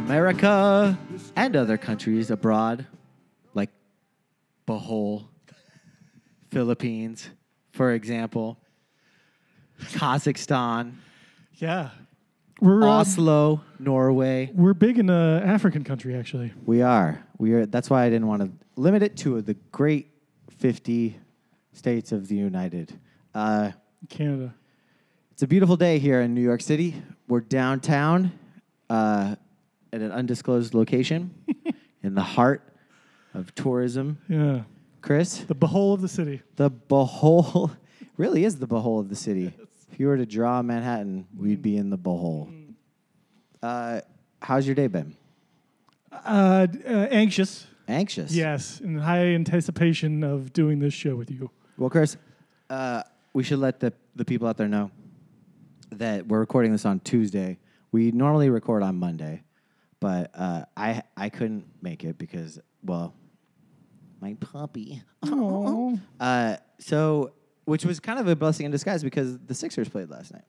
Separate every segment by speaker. Speaker 1: America and other countries abroad, like Bohol, Philippines, for example, Kazakhstan,
Speaker 2: Yeah. We're um,
Speaker 1: Oslo, Norway.
Speaker 2: we're big in the African country actually.
Speaker 1: We are. We are. That's why I didn't want to limit it to the great 50 states of the United. Uh,
Speaker 2: Canada.
Speaker 1: It's a beautiful day here in New York City. We're downtown uh, at an undisclosed location in the heart of tourism.
Speaker 2: Yeah.
Speaker 1: Chris,
Speaker 2: The whole of the city.
Speaker 1: the bohol really is the bohol of the city. If you were to draw Manhattan, we'd be in the bohol. Uh, how's your day been?
Speaker 2: Uh, d- uh, anxious.
Speaker 1: Anxious.
Speaker 2: Yes, in high anticipation of doing this show with you.
Speaker 1: Well, Chris, uh, we should let the, the people out there know that we're recording this on Tuesday. We normally record on Monday, but uh, I I couldn't make it because well, my puppy. Uh, so which was kind of a blessing in disguise because the Sixers played last night,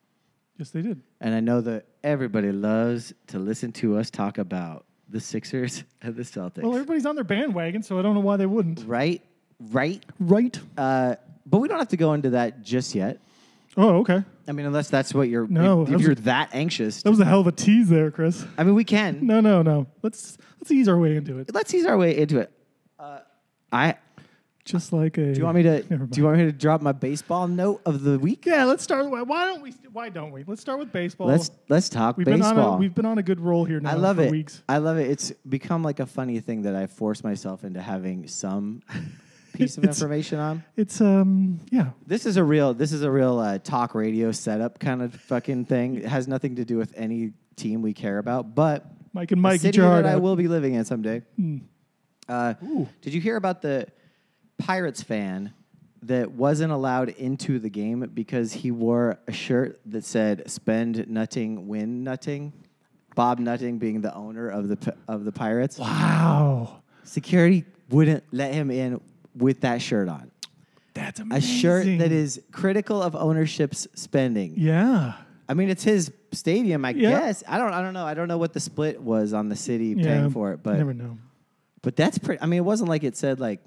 Speaker 2: Yes, they did.
Speaker 1: and I know that everybody loves to listen to us talk about the Sixers and the Celtics,
Speaker 2: Well, everybody's on their bandwagon, so I don't know why they wouldn't.
Speaker 1: right? Right.
Speaker 2: Right.
Speaker 1: Uh, but we don't have to go into that just yet.
Speaker 2: Oh, okay.
Speaker 1: I mean, unless that's what you're.
Speaker 2: No,
Speaker 1: if,
Speaker 2: that
Speaker 1: if
Speaker 2: was
Speaker 1: you're
Speaker 2: a-
Speaker 1: that anxious,
Speaker 2: That was a hell of a tease there, Chris.
Speaker 1: I mean, we can.
Speaker 2: No, no, no. Let's let's ease our way into it.
Speaker 1: Let's ease our way into it. Uh, I.
Speaker 2: Just like a.
Speaker 1: Do you want me to?
Speaker 2: Never
Speaker 1: Do you want me to drop my baseball note of the week?
Speaker 2: Yeah, let's start. Why why don't we? Why don't we? Let's start with baseball.
Speaker 1: Let's let's talk
Speaker 2: we've
Speaker 1: baseball.
Speaker 2: been on a we've been on a good roll here now.
Speaker 1: I love
Speaker 2: for
Speaker 1: it.
Speaker 2: Weeks.
Speaker 1: I love it. It's become like a funny thing that I force myself into having some piece of
Speaker 2: It's-
Speaker 1: information on.
Speaker 2: It's um yeah
Speaker 1: This is a real. This is a real uh, talk radio setup kind of fucking thing. It has nothing to do with any team we care about, but
Speaker 2: Mike and
Speaker 1: The
Speaker 2: Mike
Speaker 1: city
Speaker 2: Gerard. uh,
Speaker 1: that I will be living in someday. Uh,
Speaker 2: Hmm. Ooh.
Speaker 1: did you hear about the Pirates fan that wasn't allowed into the game because he wore a shirt that said "Spend Nutting, Win Nutting"? Bob Nutting being the owner of the P- of the Pirates,
Speaker 2: Wow,
Speaker 1: security wouldn't let him in with that shirt on.
Speaker 2: that's
Speaker 1: A
Speaker 2: amazing.
Speaker 1: shirt that is critical of ownership's spending.
Speaker 2: yeah
Speaker 1: I mean, it's his stadium, I
Speaker 2: Yeah.
Speaker 1: guess. I don't. I don't know. I don't know what the split was on the city
Speaker 2: yeah.
Speaker 1: paying for it, but
Speaker 2: never know.
Speaker 1: but that's pretty. I mean, it wasn't like it said like,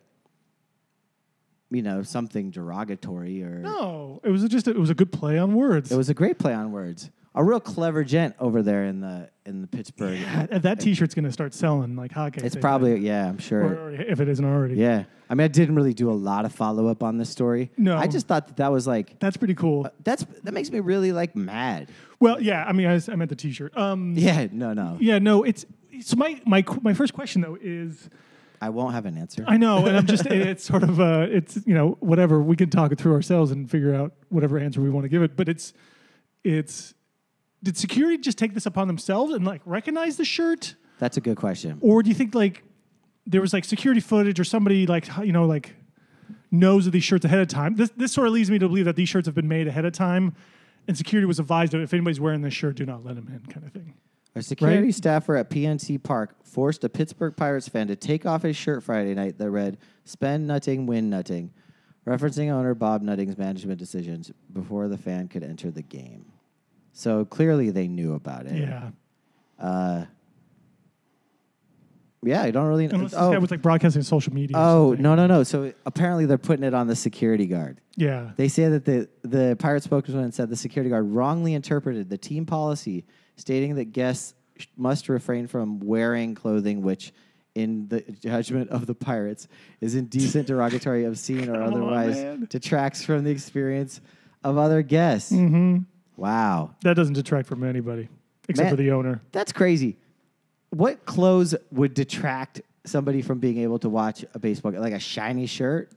Speaker 1: you know, something derogatory or.
Speaker 2: No, it was just a, it was a good play on words.
Speaker 1: It was a great play on words. A real clever gent over there in the in the Pittsburgh.
Speaker 2: that, that T-shirt's gonna start selling like hotcakes.
Speaker 1: It's
Speaker 2: I
Speaker 1: probably yeah. I'm
Speaker 2: bet.
Speaker 1: sure.
Speaker 2: Or- or if it isn't already.
Speaker 1: Yeah. I mean, I didn't really do a lot of follow up on this story.
Speaker 2: No.
Speaker 1: I just thought that that was like
Speaker 2: that's pretty cool.
Speaker 1: that's that makes me really like mad.
Speaker 2: Well, yeah, I mean, I, was, I meant the T-shirt. Um,
Speaker 1: Yeah. No. No.
Speaker 2: yeah, no, it's so my my qu- my first question though is
Speaker 1: I won't have an answer.
Speaker 2: I know, and I'm just it's sort of uh, it's you know whatever we can talk it through ourselves and figure out whatever answer we want to give it. But it's it's did security just take this upon themselves and like recognize the shirt,
Speaker 1: That's a good question.
Speaker 2: or do you think like there was like security footage or somebody like you know like knows of these shirts ahead of time? This this sort of leads me to believe that these shirts have been made ahead of time. And security was advised of if anybody's wearing this shirt, do not let them in, kind of thing.
Speaker 1: A security staffer at PNC Park forced a Pittsburgh Pirates fan to take off his shirt Friday night that read, Spend nutting, win nutting, referencing owner Bob Nutting's management decisions before the fan could enter the game. So clearly they knew about it.
Speaker 2: Yeah.
Speaker 1: Yeah, I don't really know.
Speaker 2: Unless this guy
Speaker 1: Oh,
Speaker 2: was like broadcasting on social media. or
Speaker 1: oh
Speaker 2: something.
Speaker 1: no, no, no. So apparently they're putting it on the security guard.
Speaker 2: Yeah.
Speaker 1: They say that the, the pirate spokesman said the security guard wrongly interpreted the team policy, stating that guests sh- must refrain from wearing clothing which, in the judgment of the pirates, is indecent, derogatory, obscene, or
Speaker 2: on,
Speaker 1: otherwise
Speaker 2: man.
Speaker 1: detracts from the experience of other guests.
Speaker 2: Mm-hmm.
Speaker 1: Wow,
Speaker 2: That doesn't detract from anybody except
Speaker 1: Man.
Speaker 2: for the owner.
Speaker 1: that's crazy. What clothes would detract somebody from being able to watch a baseball game? Like a shiny shirt?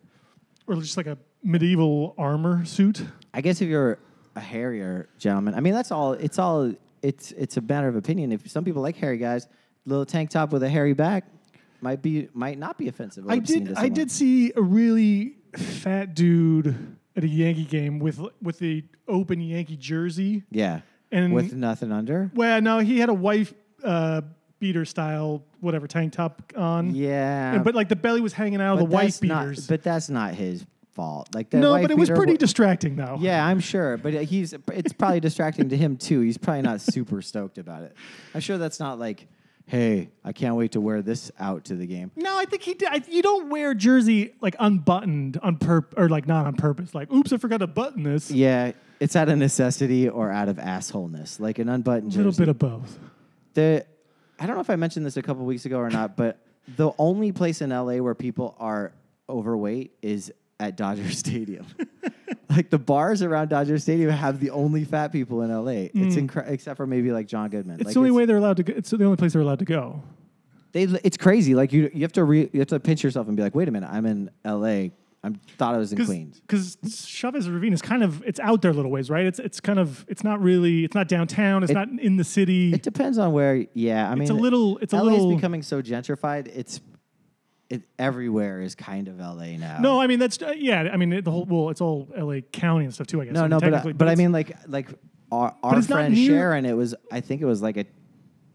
Speaker 2: Or just like a medieval armor suit.
Speaker 1: I guess if you're a hairier gentleman, I mean that's all. It's all. It's it's a matter of opinion. If some people like hairy guys, little tank top with a hairy back might be might not be offensive. or
Speaker 2: I
Speaker 1: obscene
Speaker 2: did
Speaker 1: to
Speaker 2: I
Speaker 1: someone.
Speaker 2: did see a really fat dude at a Yankee game with with the open Yankee jersey.
Speaker 1: Yeah.
Speaker 2: And-
Speaker 1: with nothing under.
Speaker 2: Well, no, he had a wife uh, beater style whatever tank top on.
Speaker 1: Yeah.
Speaker 2: And- but like the belly was hanging out of
Speaker 1: but
Speaker 2: the wife
Speaker 1: that's not-
Speaker 2: beaters.
Speaker 1: but that's not his fault. Like the
Speaker 2: no,
Speaker 1: wife
Speaker 2: but it was
Speaker 1: beater
Speaker 2: pretty
Speaker 1: wa-
Speaker 2: distracting though.
Speaker 1: yeah, I'm sure, but he's it's probably distracting to him too. He's probably not super stoked about it. I'm sure that's not like hey, I can't wait to wear this out to the game.
Speaker 2: No, I think he did. I, you don't wear jersey like unbuttoned on purpose or like not on purpose. Like, oops, I forgot to button this. A
Speaker 1: Yeah, it's out of necessity or out of assholeness, like an unbuttoned
Speaker 2: little
Speaker 1: jersey.
Speaker 2: bit of both.
Speaker 1: the I don't know if I mentioned this a couple weeks ago or not, but the only place in LA where people are overweight is at Dodger Stadium. like the bars around Dodger Stadium have the only fat people in LA. It's incre- except for maybe like John Goodman.
Speaker 2: Mm. It's
Speaker 1: like
Speaker 2: the only way they're allowed to. go. It's the only place they're allowed to go.
Speaker 1: They, it's crazy. Like you, you have to re, you have to pinch yourself and be like, wait a minute, I'm in LA. I thought I was in Queens.
Speaker 2: because Chavez Ravine is kind of it's out there a little ways, right? It's it's kind of it's not really it's not downtown. It's not in the city.
Speaker 1: It depends on where. Yeah, I mean,
Speaker 2: a little- it's a
Speaker 1: LA
Speaker 2: little-
Speaker 1: is becoming so gentrified. It's it everywhere is kind of LA now.
Speaker 2: no, I mean that's uh, yeah. I mean it, the whole well, it's all L.A. County and stuff too. I guess. I
Speaker 1: No,
Speaker 2: mean,
Speaker 1: no, but
Speaker 2: technically,
Speaker 1: I, but I
Speaker 2: it's-
Speaker 1: mean like like our, our
Speaker 2: it's not
Speaker 1: friend
Speaker 2: near-
Speaker 1: Sharon, it was I think it was like a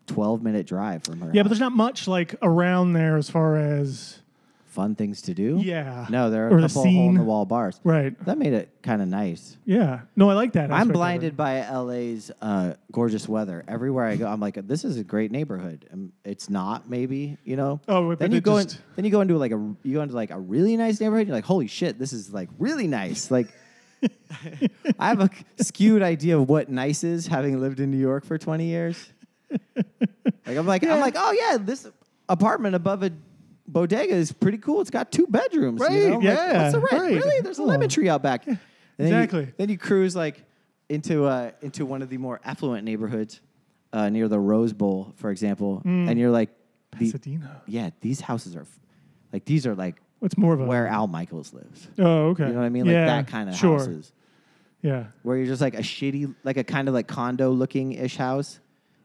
Speaker 1: twelve minute drive from her.
Speaker 2: yeah,
Speaker 1: house.
Speaker 2: but there's not much like around there as far as
Speaker 1: fun things to do.
Speaker 2: Yeah.
Speaker 1: no, there are
Speaker 2: Or
Speaker 1: a
Speaker 2: the
Speaker 1: couple
Speaker 2: scene.
Speaker 1: hole in the wall bars.
Speaker 2: right.
Speaker 1: That made it kind of nice.
Speaker 2: Yeah, no, I like that. aspect
Speaker 1: I'm
Speaker 2: of it.
Speaker 1: blinded by LA's uh, gorgeous weather. Everywhere I go, I'm like, this is a great neighborhood. Um, It's not, maybe, you know.
Speaker 2: Oh, but
Speaker 1: then you
Speaker 2: it
Speaker 1: go
Speaker 2: just-
Speaker 1: in, then you go into like a you go into like a really nice neighborhood. You're like, holy shit, this is like really nice. Like, I have a skewed idea of what nice is, having lived in New York for 20 years. Like I'm like I'm like, oh yeah, this apartment above a bodega is pretty cool. It's got two bedrooms. you
Speaker 2: Right,
Speaker 1: know? Like,
Speaker 2: yeah,
Speaker 1: what's the rent?
Speaker 2: right.
Speaker 1: Really? There's a
Speaker 2: Oh.
Speaker 1: lemon tree out back. And then you-
Speaker 2: exactly.
Speaker 1: then you cruise like into uh, into one of the more affluent neighborhoods uh, near the Rose Bowl, for example, and you're like, the-
Speaker 2: Hmm. Pasadena.
Speaker 1: yeah, these houses are f- like these are like
Speaker 2: It's more of a
Speaker 1: where Al Michaels lives.
Speaker 2: Oh, okay.
Speaker 1: You know what I mean?
Speaker 2: Yeah,
Speaker 1: like that kind of
Speaker 2: sure.
Speaker 1: houses
Speaker 2: Yeah.
Speaker 1: where you're just like a shitty, like a kind of like condo looking ish house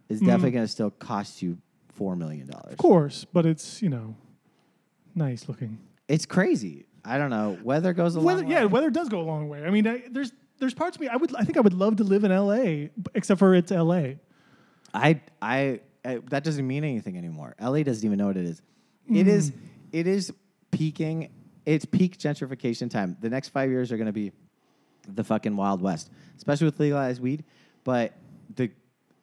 Speaker 1: is definitely going to still cost you four million dollars.
Speaker 2: Hmm. Of course, but it's you know, nice looking.
Speaker 1: It's crazy. I don't know. Weather goes a
Speaker 2: Weather,
Speaker 1: long
Speaker 2: yeah,
Speaker 1: way.
Speaker 2: weather does go a long way. I mean, I, there's there's parts of me I would I think I would love to live in L.A. b- except for it's L.A.
Speaker 1: I, I, I, that doesn't mean anything anymore. LA doesn't even know what it is.
Speaker 2: Hmm.
Speaker 1: It is, it is peaking. It's peak gentrification time. The next five years are going to be the fucking wild west, especially with legalized weed. But the,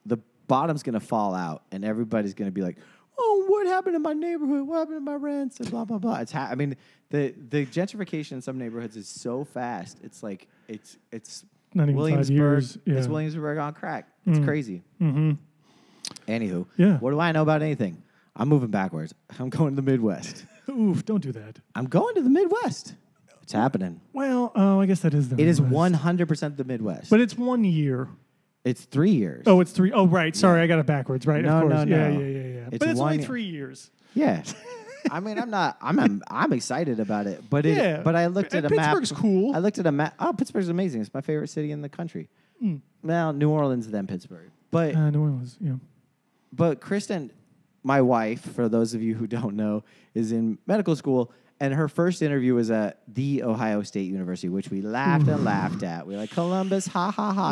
Speaker 1: the bottom's going to fall out, and everybody's going to be like, "Oh, what happened to my neighborhood? What happened to my rents?" And blah blah blah. It's ha- I mean, the the gentrification in some neighborhoods is so fast. It's like it's it's
Speaker 2: Not even five
Speaker 1: Williamsburg.
Speaker 2: years,
Speaker 1: It's
Speaker 2: yeah. Hmm.
Speaker 1: Williamsburg on crack. It's crazy. Anywho,
Speaker 2: Yeah.
Speaker 1: What do I know about anything? I'm moving backwards. I'm going to the Midwest.
Speaker 2: Oof, don't do that.
Speaker 1: I'm going to the Midwest. It's happening.
Speaker 2: Well, oh, I guess that is the.
Speaker 1: It is
Speaker 2: Midwest.
Speaker 1: 100% the Midwest.
Speaker 2: but it's one year.
Speaker 1: it's three years.
Speaker 2: Oh, it's three. Oh, right. Sorry, I got it backwards. Right.
Speaker 1: No,
Speaker 2: of course.
Speaker 1: no,
Speaker 2: yeah,
Speaker 1: no.
Speaker 2: yeah, yeah, yeah.
Speaker 1: It's
Speaker 2: but it's only
Speaker 1: one-
Speaker 2: three years.
Speaker 1: yeah. I mean, I'm not. I'm I'm, I'm excited about it. But it,
Speaker 2: Yeah.
Speaker 1: But I looked
Speaker 2: And
Speaker 1: at a
Speaker 2: Pittsburgh's
Speaker 1: map.
Speaker 2: cool.
Speaker 1: I looked at a map. Oh, Pittsburgh's amazing. It's my favorite city in the country.
Speaker 2: Hmm.
Speaker 1: Well, New Orleans then Pittsburgh. But
Speaker 2: Uh, New Orleans. Yeah.
Speaker 1: but Kristen, my wife, for those of you who don't know, is in medical school, and her first interview was at the Ohio State University, which we laughed and laughed at. We were like Columbus, ha ha ha.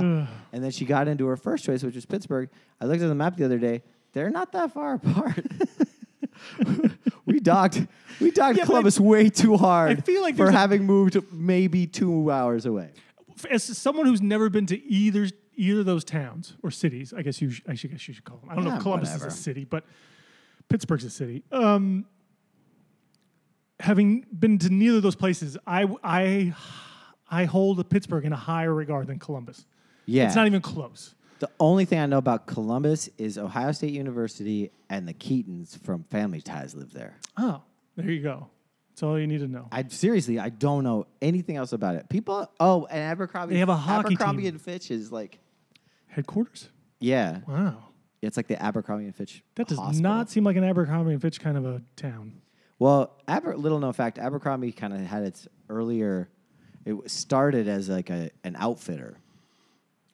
Speaker 1: and then she got into her first choice, which was Pittsburgh. I looked at the map the other day; they're not that far apart. we docked, we docked
Speaker 2: Yeah, but I-
Speaker 1: Columbus way too hard.
Speaker 2: I feel like
Speaker 1: for
Speaker 2: there's a-
Speaker 1: having moved maybe two hours away.
Speaker 2: F- As someone who's never been to either either of those towns or cities, I guess you sh- I should guess you should call them. I don't know
Speaker 1: Yeah,
Speaker 2: if Columbus
Speaker 1: whatever.
Speaker 2: is a city, but Pittsburgh's a city. Um, having been to neither of those places, I w- I I hold Pittsburgh in a higher regard than Columbus.
Speaker 1: Yeah,
Speaker 2: It's not even close.
Speaker 1: The only thing I know about Columbus is Ohio State University and the Keatons from Family Ties live there.
Speaker 2: Oh, there you go. That's all you need to know.
Speaker 1: I seriously, I don't know anything else about it. People, oh, and Abercrombie,
Speaker 2: They have a hockey team.
Speaker 1: Abercrombie and Fitch is like,
Speaker 2: Headquarters?
Speaker 1: yeah,
Speaker 2: Wow,
Speaker 1: it's like the Abercrombie and Fitch.
Speaker 2: that does
Speaker 1: hospital.
Speaker 2: not seem like an Abercrombie and Fitch kind of a town.
Speaker 1: Well, Aber, little known fact, Abercrombie kind of had its earlier. It started as like a an outfitter.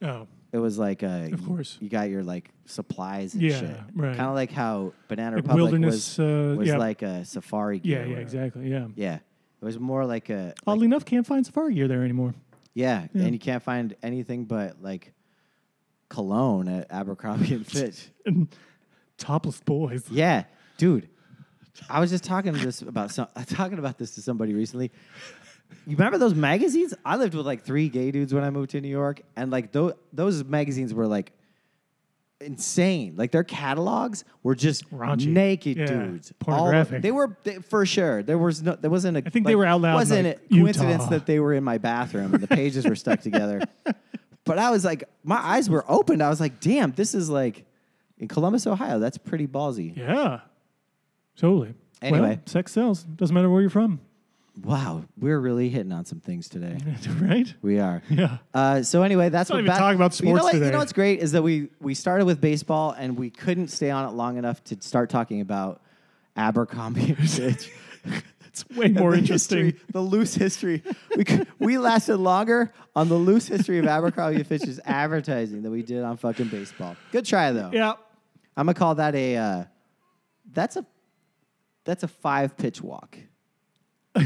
Speaker 2: Oh,
Speaker 1: It was like a
Speaker 2: Of course.
Speaker 1: you got your like supplies and
Speaker 2: Yeah,
Speaker 1: shit.
Speaker 2: right.
Speaker 1: Kind of like how Banana
Speaker 2: Like
Speaker 1: Republic
Speaker 2: wilderness,
Speaker 1: was
Speaker 2: uh,
Speaker 1: was
Speaker 2: yeah.
Speaker 1: like a safari. Gear
Speaker 2: yeah,
Speaker 1: or
Speaker 2: yeah,
Speaker 1: whatever.
Speaker 2: exactly. Yeah.
Speaker 1: Yeah, it was more like a
Speaker 2: Oddly enough, can't find safari gear there anymore.
Speaker 1: yeah, and you can't find anything but like cologne at Abercrombie and Fitch.
Speaker 2: and topless boys.
Speaker 1: Yeah, dude. I was just talking to this about some, talking about this to somebody recently. You remember those magazines? I lived with like three gay dudes when I moved to New York, and like those those magazines were like insane. Like their catalogs were just
Speaker 2: Raunchy.
Speaker 1: naked
Speaker 2: Yeah.
Speaker 1: dudes.
Speaker 2: Pornographic.
Speaker 1: they were they, for sure. There was no. There wasn't a. I
Speaker 2: think they were out loud in,
Speaker 1: Wasn't
Speaker 2: like,
Speaker 1: it coincidence
Speaker 2: Utah.
Speaker 1: that they were in my bathroom and the pages were stuck together? But I was like, my eyes were opened. I was like, damn, this is like in Columbus, Ohio. That's pretty ballsy.
Speaker 2: Yeah. Totally. Well,
Speaker 1: Anyway.
Speaker 2: sex sells. Doesn't matter where you're from.
Speaker 1: Wow, we're really hitting on some things today.
Speaker 2: right?
Speaker 1: We are.
Speaker 2: Yeah.
Speaker 1: Uh, so anyway, that's
Speaker 2: Mm-hmm.
Speaker 1: what
Speaker 2: Let's not even talk about
Speaker 1: You
Speaker 2: sports
Speaker 1: know, what, you
Speaker 2: today.
Speaker 1: know what's great is that we we started with baseball and we couldn't stay on it long enough to start talking about Abercrombie. and Fitch.
Speaker 2: It's way more
Speaker 1: The
Speaker 2: interesting.
Speaker 1: history- the loose history. We c- we lasted longer on the loose history of Abercrombie and Fitch's advertising than we did on fucking baseball. Good try though.
Speaker 2: Yeah.
Speaker 1: I'm gonna call that a uh, that's a that's a five pitch walk.
Speaker 2: I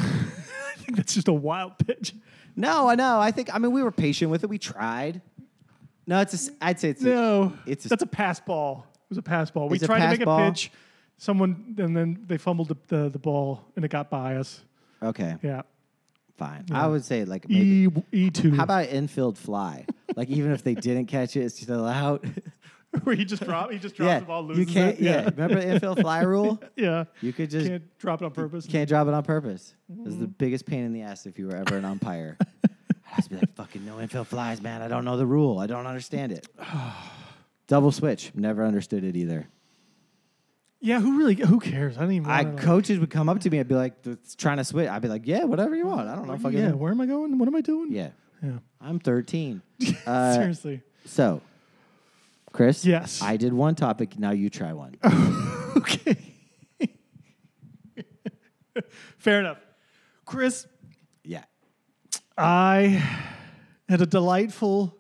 Speaker 2: think that's just a wild pitch.
Speaker 1: No, I know. I think I mean we were patient with it. We tried. No, it's a s- I'd say it's a-
Speaker 2: No.
Speaker 1: it's a-
Speaker 2: that's a pass ball. It was a pass ball. We
Speaker 1: It's a
Speaker 2: tried to
Speaker 1: pass
Speaker 2: make
Speaker 1: ball.
Speaker 2: a pitch. Someone, and then they fumbled the, the, the ball and it got by us.
Speaker 1: okay.
Speaker 2: Yeah.
Speaker 1: Fine. I would say like maybe.
Speaker 2: E, E2.
Speaker 1: How about infield fly? like even if they didn't catch it, it's still out.
Speaker 2: Where he just dropped, he just drops
Speaker 1: yeah,
Speaker 2: the ball,
Speaker 1: you
Speaker 2: loses
Speaker 1: can't.
Speaker 2: it.
Speaker 1: Yeah, remember the infield fly rule?
Speaker 2: Yeah.
Speaker 1: You could just can't,
Speaker 2: Can't Mm-hmm. drop it on purpose.
Speaker 1: drop it on purpose. It was the biggest pain in the ass if you were ever an umpire. I'd just be like, fucking no infield flies, man. I don't know the rule. I don't understand it. Double switch. Never understood it either.
Speaker 2: Yeah, who really? Who cares? I don't even.
Speaker 1: I
Speaker 2: wanna, like,
Speaker 1: coaches would come up to me and be like, "Th- trying to switch. I'd be like, yeah, whatever you want. I don't know. Fucking
Speaker 2: yeah, where am I going? What am I doing?
Speaker 1: yeah.
Speaker 2: yeah.
Speaker 1: I'm 13. Uh,
Speaker 2: Seriously,
Speaker 1: So, Chris?
Speaker 2: Yes.
Speaker 1: I did one topic. Now you try one.
Speaker 2: okay. Fair enough, Chris.
Speaker 1: yeah.
Speaker 2: I had a delightful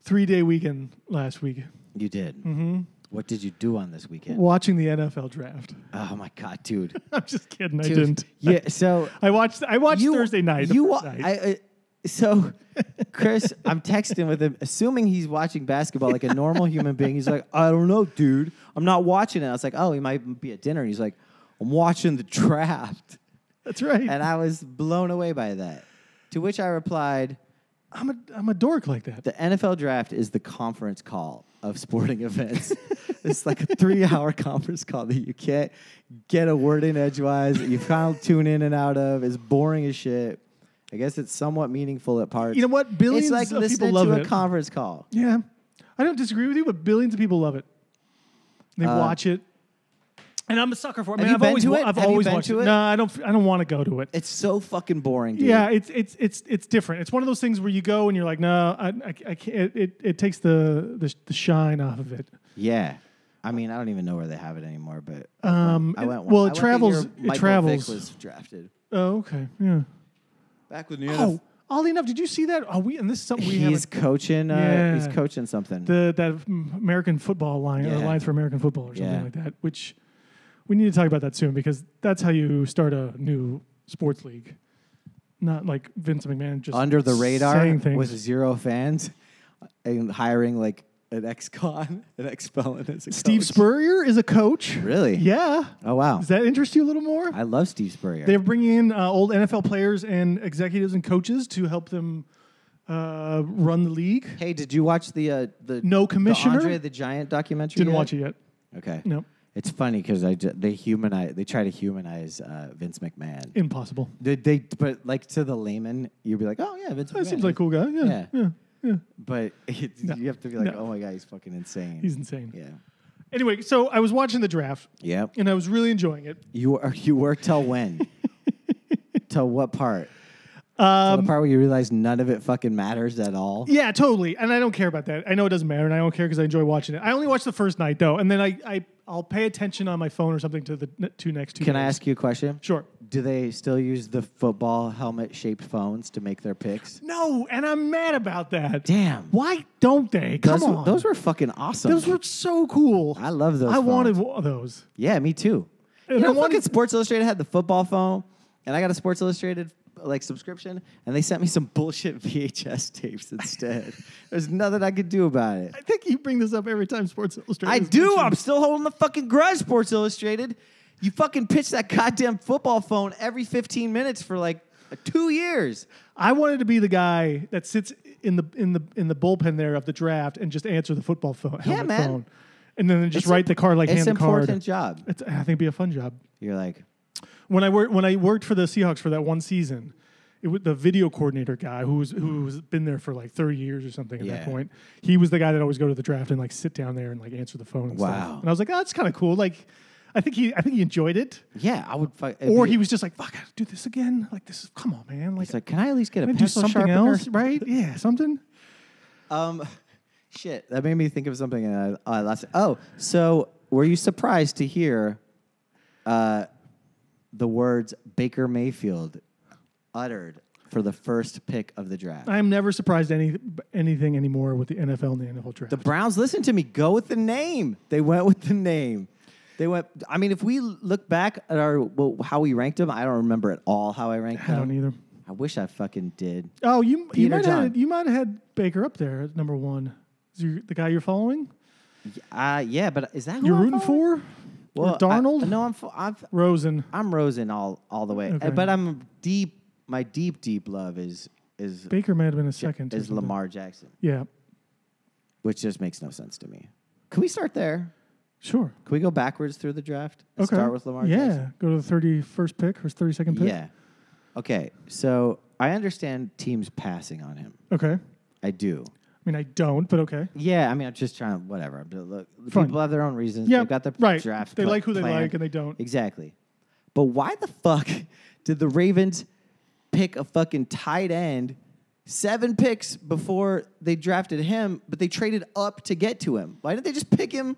Speaker 2: three-day weekend last week
Speaker 1: You did. Mm-hmm. What did you do on this weekend?
Speaker 2: watching the NFL draft.
Speaker 1: Oh, my God, dude.
Speaker 2: I'm just kidding. I
Speaker 1: Dude,
Speaker 2: didn't.
Speaker 1: Yeah. So,
Speaker 2: I watched. I watched
Speaker 1: you,
Speaker 2: Thursday night. the
Speaker 1: You
Speaker 2: first
Speaker 1: wa-
Speaker 2: night.
Speaker 1: I, I, so, Chris, I'm texting with him, assuming he's watching basketball like a normal human being. He's like, I don't know, dude. I'm not watching it. I was like, oh, he might be at dinner. And he's like, I'm watching the draft.
Speaker 2: That's right.
Speaker 1: And I was blown away by that. To which I replied,
Speaker 2: I'm a I'm a dork like that.
Speaker 1: The NFL draft is the conference call of sporting events. it's like a three hour conference call that you can't get a word in edgewise. that You kind of tune in and out of. It's boring as shit. I guess it's somewhat meaningful at parts.
Speaker 2: You know what? Billions
Speaker 1: it's like
Speaker 2: of
Speaker 1: listening
Speaker 2: people love
Speaker 1: to a
Speaker 2: it.
Speaker 1: conference call.
Speaker 2: Yeah. I don't disagree with you, but billions of people love it. They watch it. And I'm a sucker for it.
Speaker 1: Uh, Have
Speaker 2: Man,
Speaker 1: you been
Speaker 2: I've always,
Speaker 1: to
Speaker 2: wa-
Speaker 1: it?
Speaker 2: I've
Speaker 1: Have you
Speaker 2: always
Speaker 1: been
Speaker 2: watched
Speaker 1: to
Speaker 2: it.
Speaker 1: it?
Speaker 2: No, I don't. f- I don't want to go to it.
Speaker 1: It's so fucking boring, dude.
Speaker 2: yeah, it's it's it's it's different. It's one of those things where you go and you're like, no, I, I, I can't. It, it it takes the, the the shine off of it.
Speaker 1: Yeah. I mean, I don't even know where they have it anymore, but
Speaker 2: Um,
Speaker 1: I went.
Speaker 2: well,
Speaker 1: I
Speaker 2: it
Speaker 1: went the
Speaker 2: travels.
Speaker 1: year
Speaker 2: It
Speaker 1: Michael
Speaker 2: travels.
Speaker 1: Vick was drafted.
Speaker 2: oh, okay. Yeah.
Speaker 1: Back with New
Speaker 2: Oh, oddly enough, did you see that? Oh, we and this is something we
Speaker 1: He's
Speaker 2: have
Speaker 1: coaching. Uh, He's
Speaker 2: Yeah.
Speaker 1: coaching something.
Speaker 2: the that m- American football line or
Speaker 1: Yeah.
Speaker 2: the Alliance for American Football or something
Speaker 1: Yeah.
Speaker 2: like that, which we need to talk about that soon because that's how you start a new sports league. Not like Vince McMahon just
Speaker 1: under the radar
Speaker 2: saying things.
Speaker 1: with zero fans and hiring like an ex-con, an ex-felon as a
Speaker 2: Steve
Speaker 1: coach.
Speaker 2: Spurrier is a coach.
Speaker 1: Really?
Speaker 2: Yeah.
Speaker 1: Oh wow.
Speaker 2: Does that interest you a little more?
Speaker 1: I love Steve Spurrier.
Speaker 2: They're bringing in uh, old NFL players and executives and coaches to help them uh, run the league.
Speaker 1: hey, did you watch the uh, the
Speaker 2: No commissioner?
Speaker 1: the Andre the Giant documentary?
Speaker 2: Didn't
Speaker 1: yet?
Speaker 2: watch it yet.
Speaker 1: Okay.
Speaker 2: No,
Speaker 1: It's funny because I ju- they humanize they try to humanize uh, Vince McMahon.
Speaker 2: impossible.
Speaker 1: they, they but like to the layman, you'd be like, oh yeah, Vince.
Speaker 2: That
Speaker 1: McMahon.
Speaker 2: seems like a cool guy. Yeah.
Speaker 1: Yeah.
Speaker 2: yeah.
Speaker 1: But it, you have to be like,
Speaker 2: No.
Speaker 1: oh my god, he's fucking insane.
Speaker 2: He's insane.
Speaker 1: yeah.
Speaker 2: Anyway, so I was watching the draft
Speaker 1: Yep.
Speaker 2: and I was really enjoying it.
Speaker 1: You were you were till when? till what part? Till
Speaker 2: Um,
Speaker 1: the part where you realize none of it fucking matters at all.
Speaker 2: Yeah, totally. And I don't care about that. I know it doesn't matter, and I don't care because I enjoy watching it. I only watch the first night though, and then I, I I'll pay attention on my phone or something to the n- two next two.
Speaker 1: Can I
Speaker 2: days.
Speaker 1: ask you a question?
Speaker 2: Sure.
Speaker 1: Do they still use the football helmet shaped phones to make their picks?
Speaker 2: No, and I'm mad about that.
Speaker 1: Damn.
Speaker 2: Why don't they? Come
Speaker 1: those,
Speaker 2: on,
Speaker 1: those were fucking awesome.
Speaker 2: Those were so cool.
Speaker 1: I love those
Speaker 2: I
Speaker 1: phones.
Speaker 2: wanted one of those.
Speaker 1: yeah, me too. You
Speaker 2: And I
Speaker 1: know,
Speaker 2: wanted-
Speaker 1: fucking Sports Illustrated had the football phone, and I got a Sports Illustrated like subscription, and they sent me some bullshit VHS tapes instead. There's nothing I could do about it.
Speaker 2: I think you bring this up every time Sports Illustrated.
Speaker 1: I
Speaker 2: is
Speaker 1: do.
Speaker 2: mentioned.
Speaker 1: I'm still holding the fucking grudge, Sports Illustrated. You fucking pitch that goddamn football phone every 15 minutes for like two years.
Speaker 2: I wanted to be the guy that sits in the in the in the bullpen there of the draft and just answer the football phone. helmet
Speaker 1: man.
Speaker 2: phone. And then just
Speaker 1: It's
Speaker 2: write
Speaker 1: imp-
Speaker 2: the card like
Speaker 1: it's
Speaker 2: hand the card.
Speaker 1: important job.
Speaker 2: It's, I think it'd be a fun job.
Speaker 1: You're like,
Speaker 2: When I worked when I worked for the Seahawks for that one season, it was the video coordinator guy who was who was been there for like thirty years or something at
Speaker 1: Yeah.
Speaker 2: that point. He was the guy that always go to the draft and like sit down there and like answer the phone. And
Speaker 1: Wow.
Speaker 2: Stuff. And I was like, oh, that's kind of cool. Like, I think he I think he enjoyed it.
Speaker 1: yeah, I would. Fuck,
Speaker 2: Or he was just like, fuck, I gotta do this again. Like this is come on, man. Like,
Speaker 1: He's like, can I at least get a
Speaker 2: I do
Speaker 1: pencil
Speaker 2: something
Speaker 1: sharpener?
Speaker 2: else, right? Yeah, something.
Speaker 1: Um, shit, that made me think of something. And I, I lost it. Oh, so were you surprised to hear uh, the words Baker Mayfield uttered for the first pick of the draft?
Speaker 2: I'm never surprised any anything anymore with the NFL and the NFL draft.
Speaker 1: The Browns listened to me. Go with the name. They went with the name. They went. I mean, if we look back at our well, how we ranked them, I don't remember at all how I ranked
Speaker 2: I
Speaker 1: them.
Speaker 2: don't either.
Speaker 1: I wish I fucking did.
Speaker 2: Oh, you you
Speaker 1: Peter
Speaker 2: might have
Speaker 1: John.
Speaker 2: had, you might have had Baker up there at number one. Is your, the guy you're following?
Speaker 1: Uh, yeah, but is that who
Speaker 2: You're
Speaker 1: I'm
Speaker 2: rooting
Speaker 1: following?
Speaker 2: for?
Speaker 1: Well,
Speaker 2: or Darnold?
Speaker 1: I, no, I'm. fo- I've,
Speaker 2: Rosen.
Speaker 1: I'm Rosen all all the way,
Speaker 2: Okay.
Speaker 1: Uh, but I'm deep. My deep deep love is is
Speaker 2: Baker might have been a second. or
Speaker 1: is
Speaker 2: something.
Speaker 1: Lamar Jackson,
Speaker 2: Yeah,
Speaker 1: which just makes no sense to me. Can we start there?
Speaker 2: sure.
Speaker 1: Can we go backwards through the draft and
Speaker 2: Okay.
Speaker 1: start with Lamar
Speaker 2: Yeah,
Speaker 1: Jackson?
Speaker 2: go to the thirty first pick or thirty second pick.
Speaker 1: Yeah. Okay, so I understand teams passing on him.
Speaker 2: Okay. I
Speaker 1: I do.
Speaker 2: mean, I don't, but okay.
Speaker 1: Yeah, I mean, I'm just trying to whatever. I'm just- Look,
Speaker 2: Fine.
Speaker 1: people have their own reasons.
Speaker 2: Yeah,
Speaker 1: They've got their
Speaker 2: right.
Speaker 1: draft.
Speaker 2: They
Speaker 1: pla-
Speaker 2: like who they
Speaker 1: plan.
Speaker 2: like and they don't.
Speaker 1: Exactly. But why the fuck did the Ravens pick a fucking tight end seven picks before they drafted him, but they traded up to get to him? Why didn't they just pick him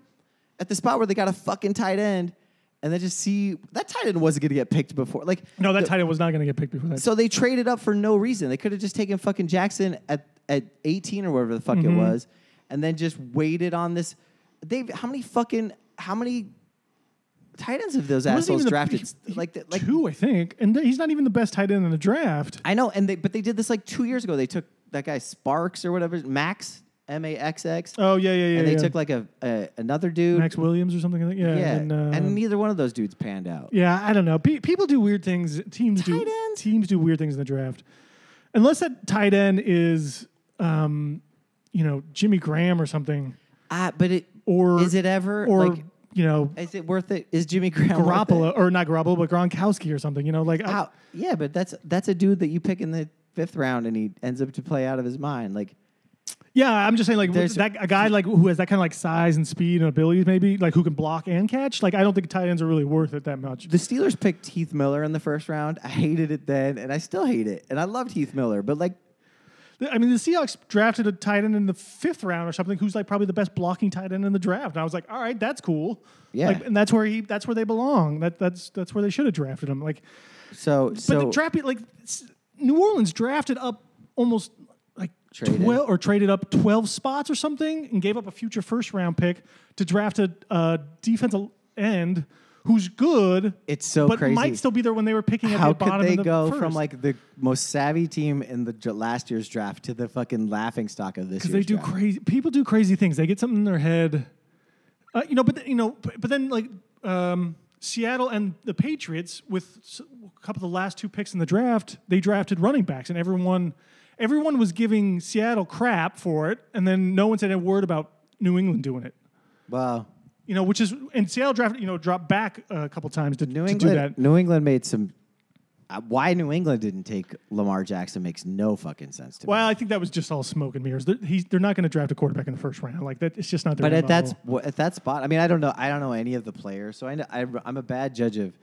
Speaker 1: at the spot where they got a fucking tight end and then just see that tight end wasn't going to get picked before? Like,
Speaker 2: No, that tight end was not going to get picked before that.
Speaker 1: so they traded up for no reason. They could have just taken fucking Jackson at, at 18 or whatever the fuck
Speaker 2: Mm-hmm.
Speaker 1: it was, and then just waited on this. They've how many fucking how many tight ends have those
Speaker 2: Wasn't
Speaker 1: assholes
Speaker 2: even the-
Speaker 1: drafted?
Speaker 2: he-
Speaker 1: like the, like
Speaker 2: two, I think, and th- he's not even the best tight end in the draft.
Speaker 1: I know, and they but they did this like two years ago. They took that guy Sparks or whatever Max M A X X,
Speaker 2: Oh yeah, yeah, yeah.
Speaker 1: and they
Speaker 2: yeah.
Speaker 1: took like a, a another dude.
Speaker 2: Max Williams or something. I think. Yeah,
Speaker 1: yeah,
Speaker 2: and, uh,
Speaker 1: and neither one of those dudes panned out.
Speaker 2: yeah. I don't know. Pe- people do weird things. Teams do
Speaker 1: Tight end?
Speaker 2: teams do weird things in the draft, unless that tight end is, um, you know, Jimmy Graham or something,
Speaker 1: Ah, but it
Speaker 2: or
Speaker 1: is it ever
Speaker 2: or
Speaker 1: like
Speaker 2: you know
Speaker 1: is it worth it? Is Jimmy Graham worth it?
Speaker 2: Garoppolo or not Garoppolo but Gronkowski or something. You know, like I-
Speaker 1: How? Yeah, but that's that's a dude that you pick in the fifth round, and he ends up to play out of his mind. Like,
Speaker 2: yeah, I'm just saying like
Speaker 1: There's-
Speaker 2: that a guy like who has that kind of like size and speed and abilities maybe like who can block and catch. Like I don't think tight ends are really worth it that much.
Speaker 1: the Steelers picked Heath Miller in the first round. I hated it then, and I still hate it. And I loved Heath Miller, but like,
Speaker 2: I mean, the Seahawks drafted a tight end in the fifth round or something, who's like probably the best blocking tight end in the draft. And I was like, all right, that's cool.
Speaker 1: Yeah.
Speaker 2: like, and that's where he, that's where they belong. That that's that's where they should have drafted him. Like,
Speaker 1: so
Speaker 2: but
Speaker 1: so
Speaker 2: the draft, like s- New Orleans drafted up almost like
Speaker 1: Traded.
Speaker 2: twelve or traded up twelve spots or something, and gave up a future first round pick to draft a uh, defensive end who's good.
Speaker 1: It's so
Speaker 2: but
Speaker 1: crazy.
Speaker 2: might still be there when they were picking at
Speaker 1: how
Speaker 2: the bottom.
Speaker 1: could
Speaker 2: of
Speaker 1: they
Speaker 2: the
Speaker 1: go
Speaker 2: first.
Speaker 1: from like the most savvy team in the dr- last year's draft to the fucking laughing stock of this year's
Speaker 2: because they do
Speaker 1: draft?
Speaker 2: crazy. People do crazy things. They get something in their head, uh, you know. But th- you know, but, but then like um, Seattle and the Patriots with s- a couple of the last two picks in the draft, they drafted running backs, and everyone, everyone was giving Seattle crap for it, and then no one said a word about New England doing it.
Speaker 1: Wow.
Speaker 2: You know, which is and Seattle drafted, you know, dropped back a couple times to,
Speaker 1: New
Speaker 2: to do that.
Speaker 1: England. New England made some. Uh, why New England didn't take Lamar Jackson makes no fucking sense to me.
Speaker 2: Well, I think that was just all smoke and mirrors. They're, he's, they're not going to draft a quarterback in the first round. Like that, it's just not their.
Speaker 1: But at
Speaker 2: MO.
Speaker 1: that sp- at that spot, I mean, I don't know. I don't know any of the players, so I know, I, I'm a bad judge of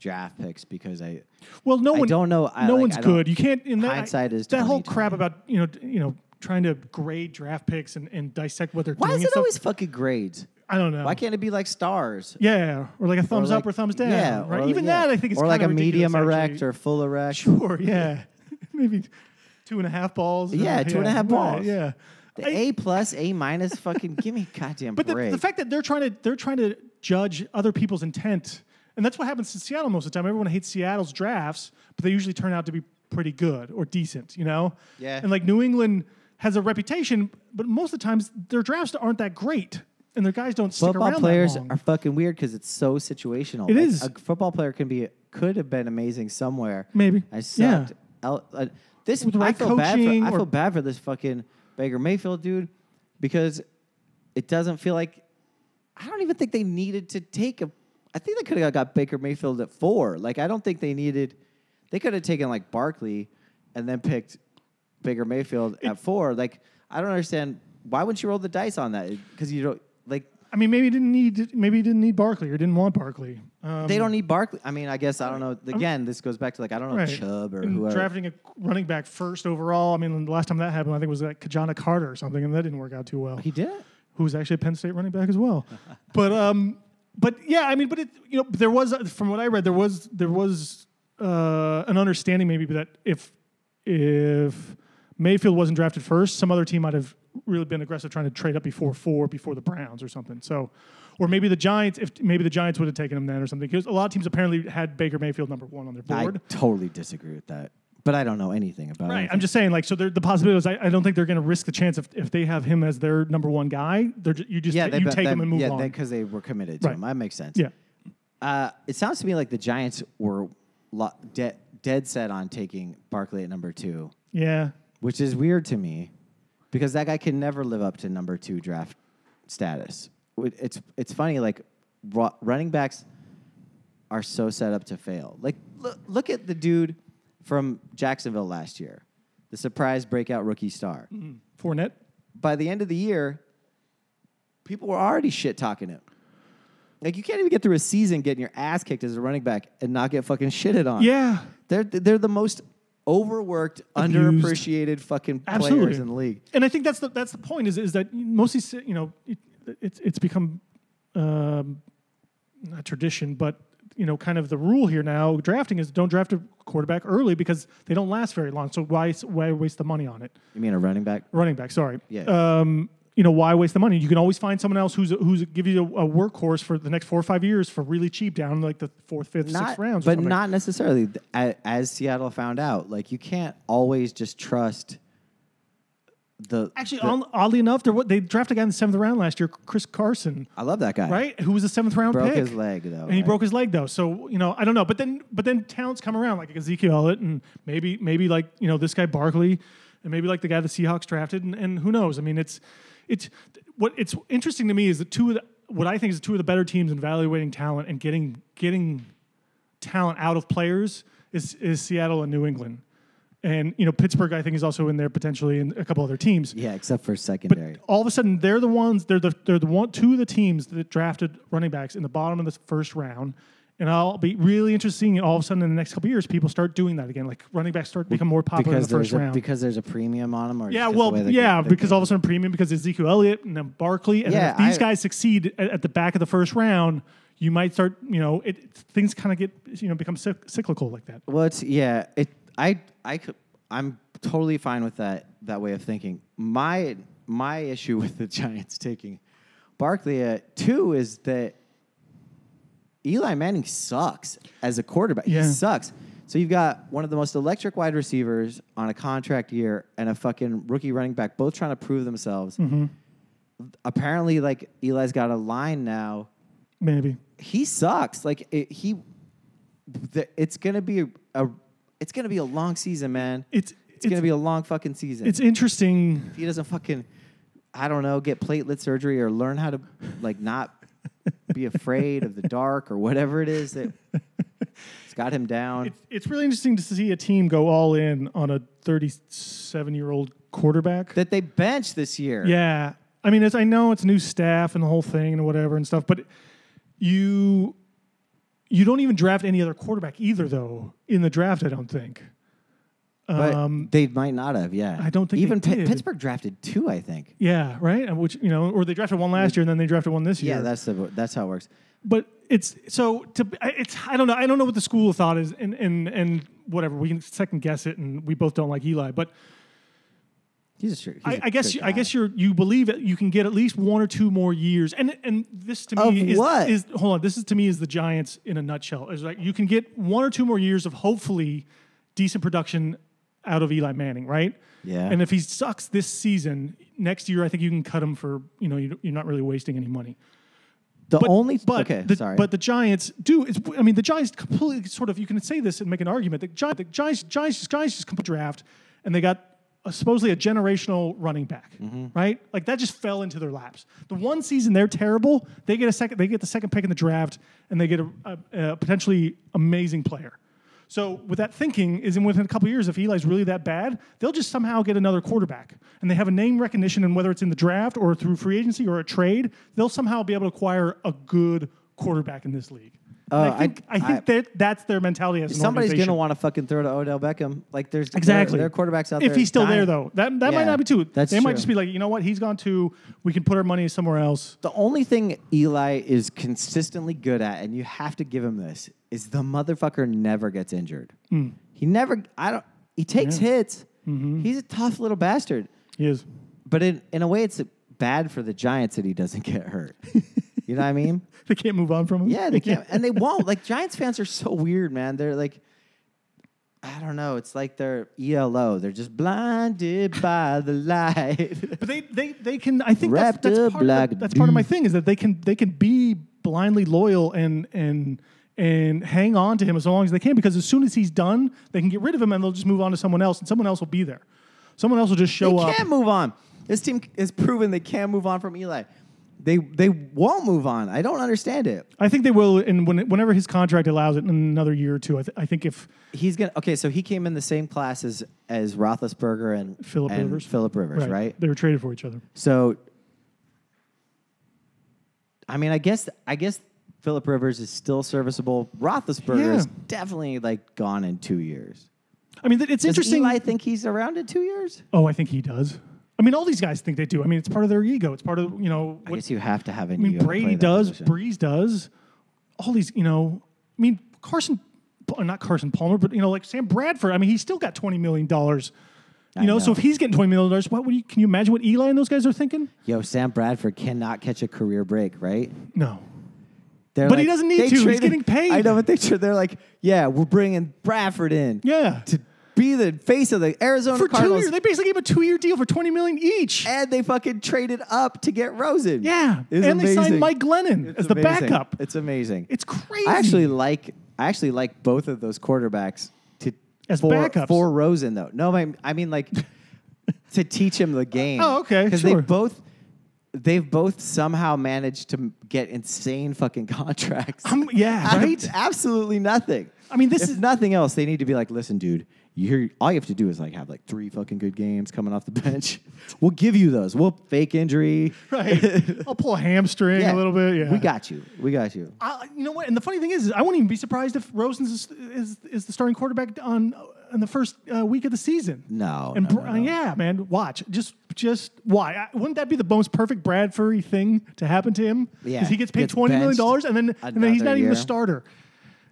Speaker 1: draft picks because I
Speaker 2: Well, no
Speaker 1: I
Speaker 2: one.
Speaker 1: don't know. I,
Speaker 2: no
Speaker 1: like,
Speaker 2: one's
Speaker 1: I don't-
Speaker 2: good. You can't. In that,
Speaker 1: Hindsight is
Speaker 2: that whole
Speaker 1: 20.
Speaker 2: crap about you know d- you know trying to grade draft picks and, and dissect what they're
Speaker 1: why
Speaker 2: doing.
Speaker 1: is
Speaker 2: and
Speaker 1: it
Speaker 2: stuff,
Speaker 1: always fucking grades?
Speaker 2: I don't know.
Speaker 1: Why can't it be like stars?
Speaker 2: yeah, or like a thumbs
Speaker 1: Or
Speaker 2: up
Speaker 1: like-
Speaker 2: or thumbs down.
Speaker 1: Yeah,
Speaker 2: right.
Speaker 1: or-
Speaker 2: Even
Speaker 1: yeah.
Speaker 2: that, I think, is
Speaker 1: or like a
Speaker 2: kinda ridiculous,
Speaker 1: medium erect
Speaker 2: actually.
Speaker 1: or full erect.
Speaker 2: sure. Yeah, maybe two and a half balls.
Speaker 1: Yeah, two and a half
Speaker 2: right,
Speaker 1: balls.
Speaker 2: Yeah.
Speaker 1: The
Speaker 2: I-
Speaker 1: A plus, A minus, fucking give me a goddamn
Speaker 2: But the,
Speaker 1: break.
Speaker 2: the fact that they're trying to they're trying to judge other people's intent, and that's what happens to Seattle most of the time. Everyone hates Seattle's drafts, but they usually turn out to be pretty good or decent, you know.
Speaker 1: Yeah.
Speaker 2: And like New England has a reputation, but most of the times their drafts aren't that great, and their guys don't stick
Speaker 1: football
Speaker 2: around
Speaker 1: players
Speaker 2: that long.
Speaker 1: are fucking weird because it's so situational.
Speaker 2: It
Speaker 1: It
Speaker 2: is.
Speaker 1: is A football player can be could have been amazing somewhere.
Speaker 2: Maybe.
Speaker 1: I
Speaker 2: Yeah.
Speaker 1: sucked. El- uh, th- This
Speaker 2: with the
Speaker 1: I
Speaker 2: right
Speaker 1: feel bad. For,
Speaker 2: coaching
Speaker 1: I
Speaker 2: or-
Speaker 1: feel bad for this fucking Baker Mayfield dude because it doesn't feel like I don't even think they needed to take a. I think they could have got Baker Mayfield at four. Like I don't think they needed. They could have taken like Barkley, and then picked Baker Mayfield at four. Like I don't understand why wouldn't you roll the dice on that? Because you don't like
Speaker 2: I mean, maybe he didn't need maybe he didn't need Barkley or didn't want Barkley. Um,
Speaker 1: they don't need Barkley. I mean, I guess I don't know. Again, this goes back to like I don't know Chubb or
Speaker 2: And
Speaker 1: whoever.
Speaker 2: Drafting a running back first overall. I mean, the last time that happened, I think was like Kajana Carter or something, and that didn't work out too well.
Speaker 1: he did it.
Speaker 2: who was actually a Penn State running back as well. but um, but yeah, I mean, but it you know there was from what I read there was there was uh, an understanding maybe that if if Mayfield wasn't drafted first, some other team might have really been aggressive trying to trade up before four before the Browns or something. So. Or maybe the Giants, if maybe the Giants would have taken him then, or something. Because a lot of teams apparently had Baker Mayfield number one on their board.
Speaker 1: I totally disagree with that, but I don't know anything about
Speaker 2: Right.
Speaker 1: it.
Speaker 2: I'm just saying, like, so there- the possibility is I, I don't think they're going to risk the chance if, if they have him as their number one guy. They're ju- you just
Speaker 1: yeah,
Speaker 2: ta-
Speaker 1: they,
Speaker 2: you
Speaker 1: but
Speaker 2: take
Speaker 1: they,
Speaker 2: him and move
Speaker 1: yeah,
Speaker 2: on.
Speaker 1: because they were committed to
Speaker 2: Right.
Speaker 1: him. That makes sense.
Speaker 2: yeah.
Speaker 1: Uh, it sounds to me like the Giants were lo- de- dead set on taking Barkley at number two,
Speaker 2: Yeah.
Speaker 1: which is weird to me because that guy can never live up to number two draft status. It- It's it's funny like ru- running backs are so set up to fail. Like look, look at the dude from Jacksonville last year, the surprise breakout rookie star.
Speaker 2: Fournette.
Speaker 1: by the end of the year, people were already shit talking him. Like you can't even get through a season getting your ass kicked as a running back and not get fucking shitted on.
Speaker 2: Yeah.
Speaker 1: they're they're the most overworked,
Speaker 2: Abused.
Speaker 1: underappreciated fucking
Speaker 2: Absolutely.
Speaker 1: players in the league.
Speaker 2: And I think that's the that's the point is is that mostly si- you know it, it's it's become um, not tradition, but you know kind of the rule here now. Drafting is don't draft a quarterback early because they don't last very long. So why why waste the money on it?
Speaker 1: You mean a running back?
Speaker 2: running back. Sorry.
Speaker 1: Yeah.
Speaker 2: Um, you know why waste the money? You can always find someone else who's who's give you a, a workhorse for the next four or five years for really cheap down in, like the fourth, fifth,
Speaker 1: Not,
Speaker 2: sixth rounds. or
Speaker 1: but
Speaker 2: something.
Speaker 1: not necessarily. Th- a- As Seattle found out, like you can't always just trust the.
Speaker 2: actually.
Speaker 1: the-
Speaker 2: on- oddly enough, there wa- they drafted a guy in the seventh round last year, Chris Carson,
Speaker 1: I love that guy.
Speaker 2: right? Who was a seventh round
Speaker 1: broke
Speaker 2: pick.
Speaker 1: his leg though.
Speaker 2: And he broke his leg though, so you know I don't know. But then, but then talents come around like Ezekiel Elliott, and maybe, maybe like you know this guy Barkley, and maybe like the guy the Seahawks drafted, and, and who knows? I mean, it's it's what it's interesting to me is that two of the, what I think is two of the better teams in evaluating talent and getting getting talent out of players is is Seattle and New England, and you know Pittsburgh I think is also in there potentially, and a couple other teams
Speaker 1: Yeah, except for secondary.
Speaker 2: all of a sudden they're the ones they're the they're the one two of the teams that drafted running backs in the bottom of the first round. And I'll be really interested seeing all of a sudden in the next couple of years people start doing that again. Like running backs start become more popular in
Speaker 1: because
Speaker 2: the first
Speaker 1: there's a,
Speaker 2: round.
Speaker 1: because there's a premium on them, or
Speaker 2: yeah,
Speaker 1: just the
Speaker 2: well,
Speaker 1: way they-
Speaker 2: yeah,
Speaker 1: they-
Speaker 2: because all of a sudden premium because Ezekiel Elliott and then Barkley, and then
Speaker 1: Yeah,
Speaker 2: if these
Speaker 1: I-
Speaker 2: guys succeed at, at the back of the first round, you might start, you know, it things kind of get you know become cyc- cyclical like that.
Speaker 1: well, it's yeah. It I I could I'm totally fine with that that way of thinking. My my issue with the Giants taking Barkley at two is that Eli Manning sucks as a quarterback.
Speaker 2: Yeah.
Speaker 1: He sucks. So you've got one of the most electric wide receivers on a contract year and a fucking rookie running back, both trying to prove themselves. Apparently, like Eli's got a line now
Speaker 2: Maybe
Speaker 1: he sucks. Like it, he, the, it's gonna be a, a, it's gonna be a long season, man. It's,
Speaker 2: it's it's it's,
Speaker 1: gonna be a long fucking season.
Speaker 2: interesting.
Speaker 1: if he doesn't fucking, I don't know, get platelet surgery or learn how to like not be afraid of the dark or whatever it is that it's got him down.
Speaker 2: It's, it's really interesting to see a team go all in on a 37 year old quarterback.
Speaker 1: that they bench this year.
Speaker 2: yeah. I mean, it's, I know it's new staff and the whole thing and whatever and stuff, but you you don't even draft any other quarterback either, though, in the draft, I don't think.
Speaker 1: but they might not have. Yeah,
Speaker 2: um, I don't think they
Speaker 1: even Pi-
Speaker 2: did.
Speaker 1: Pittsburgh drafted two. I think.
Speaker 2: Yeah, right? And Which, you know, or they drafted one last year and then they drafted one this year.
Speaker 1: Yeah, that's the that's how it works.
Speaker 2: but it's so to I- it's I don't know I don't know what the school of thought is and and and whatever we can second guess it and we both don't like Eli but
Speaker 1: He's a sure. he's
Speaker 2: I,
Speaker 1: a
Speaker 2: I guess
Speaker 1: good
Speaker 2: you, I
Speaker 1: guy.
Speaker 2: guess you're you believe that you can get at least one or two more years, and and this to
Speaker 1: Of
Speaker 2: me is,
Speaker 1: what?
Speaker 2: is hold on. This is to me is the Giants in a nutshell. Is like you can get one or two more years of hopefully decent production out of Eli Manning, right?
Speaker 1: Yeah.
Speaker 2: And if he sucks this season, next year I think you can cut him for you know you- you're not really wasting any money.
Speaker 1: the only.
Speaker 2: But
Speaker 1: okay,
Speaker 2: the,
Speaker 1: sorry.
Speaker 2: But the Giants do. It's, I mean, the Giants completely sort of. You can say this and make an argument. The Giants, the Giants, Giants, Giants just come draft and they got a, supposedly a generational running back,
Speaker 1: Mm-hmm.
Speaker 2: right? Like that just fell into their laps. The one season they're terrible, they get a second, they get the second pick in the draft, and they get a, a, a potentially amazing player. So with that thinking, is in within a couple years, if Eli's really that bad, they'll just somehow get another quarterback, and they have a name recognition, and whether it's in the draft or through free agency or a trade, they'll somehow be able to acquire a good quarterback in this league. And
Speaker 1: Oh, I-
Speaker 2: I think I,
Speaker 1: I-
Speaker 2: think that that's their mentality as an
Speaker 1: Somebody's
Speaker 2: organization.
Speaker 1: gonna want to fucking throw to Odell Beckham. Like there's there-
Speaker 2: Exactly.
Speaker 1: there, are quarterbacks out there.
Speaker 2: If he's still
Speaker 1: dying.
Speaker 2: there, though, that, that
Speaker 1: Yeah,
Speaker 2: might not be too.
Speaker 1: that's
Speaker 2: they might
Speaker 1: true.
Speaker 2: just be like, you know what, he's gone too. We can put our money somewhere else.
Speaker 1: The only thing Eli is consistently good at, and you have to give him this, is the motherfucker never gets injured.
Speaker 2: Hmm.
Speaker 1: He never. I don't. He takes hits.
Speaker 2: Mm-hmm.
Speaker 1: He's a tough little bastard.
Speaker 2: He is.
Speaker 1: But in in a way, it's bad for the Giants that he doesn't get hurt. you know what I mean?
Speaker 2: They can't move on from him.
Speaker 1: Yeah, they can't, and they won't. Like Giants fans are so weird, man. They're like, I don't know. It's like they're ELO. They're just blinded by the light.
Speaker 2: But they, they, they can. I think that's,
Speaker 1: Wrapped
Speaker 2: that's,
Speaker 1: up
Speaker 2: part, of the-
Speaker 1: like
Speaker 2: that's part of my thing is that they can they can be blindly loyal and and and hang on to him as long as they can because as soon as he's done, they can get rid of him and they'll just move on to someone else and someone else will be there. Someone else will just show
Speaker 1: they
Speaker 2: up.
Speaker 1: can't move on. This team has proven they can't move on from Eli. They they won't move on. I don't understand it.
Speaker 2: I think they will, and when, whenever his contract allows it, in another year or two. I, th- I think if
Speaker 1: He's gonna okay. So he came in the same class as as Roethlisberger and
Speaker 2: Philip
Speaker 1: and
Speaker 2: Rivers,
Speaker 1: Philip Rivers, right?
Speaker 2: They were traded for each other.
Speaker 1: So, I mean, I guess I guess Philip Rivers is still serviceable. Roethlisberger is
Speaker 2: Yeah.
Speaker 1: definitely like gone in two years.
Speaker 2: I mean, th- it's
Speaker 1: Does
Speaker 2: interesting.
Speaker 1: Eli think he's around in two years?
Speaker 2: oh, I think he does. I mean, all these guys think they do. I mean, it's part of their ego. It's part of you know.
Speaker 1: I
Speaker 2: What,
Speaker 1: guess you have to have an
Speaker 2: I mean,
Speaker 1: ego to play
Speaker 2: Brady
Speaker 1: that
Speaker 2: does,
Speaker 1: position.
Speaker 2: Breeze does. All these, you know. I mean, Carson, uh, not Carson Palmer, but you know, like Sam Bradford. I mean, he's still got twenty million dollars. You
Speaker 1: I
Speaker 2: know, so
Speaker 1: know.
Speaker 2: if he's getting twenty million dollars, what would you? Can you imagine what Eli and those guys are thinking?
Speaker 1: Yo, Sam Bradford cannot catch a career break, right?
Speaker 2: No.
Speaker 1: They're
Speaker 2: But he doesn't need
Speaker 1: they
Speaker 2: to. He's getting paid.
Speaker 1: I know, but they tra- they're like, yeah, we're bringing Bradford in
Speaker 2: Yeah.
Speaker 1: to be the face of the Arizona
Speaker 2: for two
Speaker 1: Cardinals,
Speaker 2: years, they basically gave a two-year deal for twenty million each.
Speaker 1: and they fucking traded up to get Rosen.
Speaker 2: Yeah,
Speaker 1: It was
Speaker 2: and they signed
Speaker 1: amazing.
Speaker 2: Mike Glennon
Speaker 1: It's
Speaker 2: as the
Speaker 1: amazing.
Speaker 2: backup.
Speaker 1: It's amazing.
Speaker 2: It's crazy.
Speaker 1: I actually like I actually like both of those quarterbacks to
Speaker 2: As
Speaker 1: for,
Speaker 2: backups.
Speaker 1: for Rosen though. No, I, I mean like to teach him the game.
Speaker 2: Oh, okay,
Speaker 1: Because they
Speaker 2: sure.
Speaker 1: both they've both somehow managed to m- get insane fucking contracts.
Speaker 2: I'm- yeah,
Speaker 1: Out of
Speaker 2: right.
Speaker 1: Absolutely nothing.
Speaker 2: I mean, this
Speaker 1: If
Speaker 2: is-
Speaker 1: nothing else. They need to be like, listen, dude. You're, all you have to do is like have like three fucking good games coming off the bench. We'll give you those. We'll fake injury.
Speaker 2: right. I'll pull a hamstring
Speaker 1: Yeah.
Speaker 2: a little bit. Yeah,
Speaker 1: We got you. We got you.
Speaker 2: I, you know what? And the funny thing is, is I wouldn't even be surprised if Rosen is, is is the starting quarterback on on the first uh, week of the season.
Speaker 1: No,
Speaker 2: And
Speaker 1: no,
Speaker 2: Br- uh,
Speaker 1: no, no.
Speaker 2: yeah, man, watch. Just just why? I, wouldn't that be the most perfect Bradford thing to happen to him?
Speaker 1: Yeah,
Speaker 2: 'Cause he gets paid
Speaker 1: gets
Speaker 2: twenty million
Speaker 1: benched
Speaker 2: dollars, and then and then he's
Speaker 1: another
Speaker 2: not even the
Speaker 1: year.
Speaker 2: starter.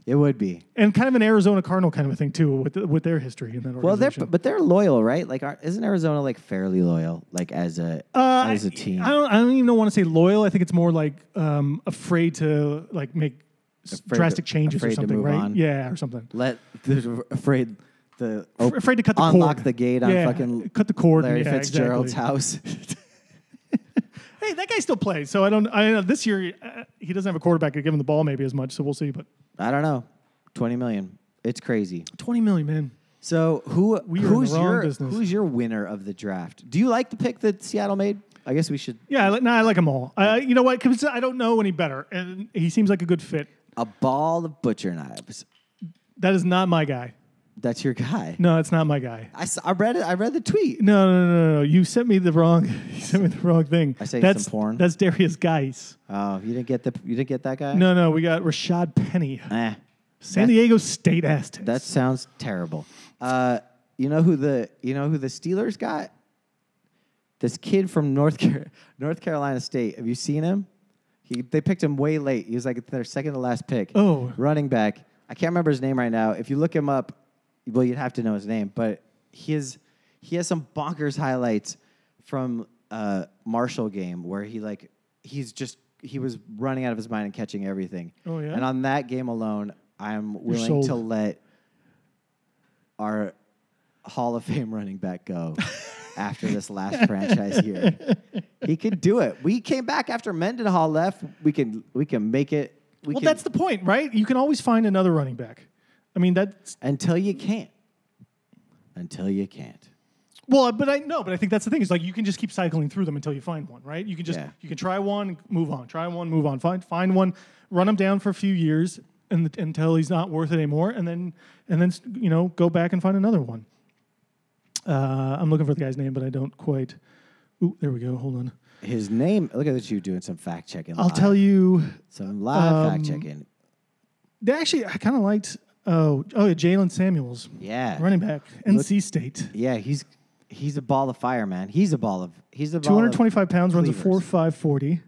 Speaker 1: It would be.
Speaker 2: And kind of an Arizona Cardinal kind of a thing too, with the, with their history in that
Speaker 1: Well, they're
Speaker 2: organization.
Speaker 1: but they're loyal, right? Like, aren't, isn't Arizona like fairly loyal, like as a
Speaker 2: Uh,
Speaker 1: as
Speaker 2: I-
Speaker 1: a team?
Speaker 2: I don't. I don't even want to say loyal. I think it's more like um, afraid to like make s-
Speaker 1: Afraid to-
Speaker 2: drastic changes
Speaker 1: afraid
Speaker 2: or
Speaker 1: to
Speaker 2: something,
Speaker 1: move
Speaker 2: right?
Speaker 1: on.
Speaker 2: Yeah, or something.
Speaker 1: Let they're afraid the op-
Speaker 2: afraid to cut the
Speaker 1: unlock
Speaker 2: cord.
Speaker 1: the gate on
Speaker 2: Yeah,
Speaker 1: fucking
Speaker 2: cut the cord,
Speaker 1: Larry
Speaker 2: yeah,
Speaker 1: Fitzgerald's house.
Speaker 2: Hey, that guy still plays, so I don't. I know this year uh, he doesn't have a quarterback to give him the ball maybe as much, so we'll see. But
Speaker 1: I don't know, twenty million. It's crazy.
Speaker 2: twenty million, man.
Speaker 1: So who
Speaker 2: We are in the
Speaker 1: who's
Speaker 2: wrong
Speaker 1: your
Speaker 2: business.
Speaker 1: who's your winner of the draft? Do you like the pick that Seattle made? I guess we should
Speaker 2: Yeah, I, li- no, I like them all. Uh, you know what? 'Cause I don't know any better, and he seems like a good fit.
Speaker 1: a ball of butcher knives.
Speaker 2: That is not my guy.
Speaker 1: That's your guy.
Speaker 2: No, it's not my guy.
Speaker 1: I, saw, I read it. I read the tweet.
Speaker 2: No, no, no, no, no. You sent me the wrong. You sent me the wrong thing.
Speaker 1: I saved
Speaker 2: that's
Speaker 1: some porn.
Speaker 2: That's Darius Geis.
Speaker 1: Oh, you didn't get the you didn't get that guy.
Speaker 2: No, no, we got Rashad Penny.
Speaker 1: Eh.
Speaker 2: San
Speaker 1: That-
Speaker 2: Diego State Aztecs.
Speaker 1: That sounds terrible. Uh, you know who the you know who the Steelers got? This kid from North Car- North Carolina State. Have you seen him? He, they picked him way late. He was like their second to last pick.
Speaker 2: Oh.
Speaker 1: running back. I can't remember his name right now. If you look him up, well, you'd have to know his name. But he is he has some bonkers highlights from uh, Marshall game where he like he's just he was running out of his mind and catching everything.
Speaker 2: Oh, yeah?
Speaker 1: And on that game alone, I'm willing
Speaker 2: sold.
Speaker 1: to let our Hall of Fame running back go after this last franchise year. He could do it. We came back after Mendenhall left. We can we can make it. We
Speaker 2: well,
Speaker 1: can-
Speaker 2: that's the point, right? You can always find another running back. I mean, that's
Speaker 1: until you can't. Until you can't.
Speaker 2: Well, uh, but I know, but I think that's the thing. Is like you can just keep cycling through them until you find one, right? You can just
Speaker 1: Yeah.
Speaker 2: you can try one, move on. Try one, move on. Find find one, run him down for a few years, and until he's not worth it anymore, and then and then you know go back and find another one. Uh, I'm looking for the guy's name, but I don't quite. Ooh, there we go. Hold on.
Speaker 1: His name. Look at you doing some fact checking.
Speaker 2: I'll tell you.
Speaker 1: Some live
Speaker 2: um,
Speaker 1: fact checking.
Speaker 2: They actually, I kind of liked. Oh, oh, yeah, Jalen Samuels,
Speaker 1: Yeah.
Speaker 2: running back, NC State.
Speaker 1: Yeah, he's he's a ball of fire, man. He's a ball of he's a ball. of-
Speaker 2: 225 pounds, runs a
Speaker 1: cleavers.
Speaker 2: four five forty.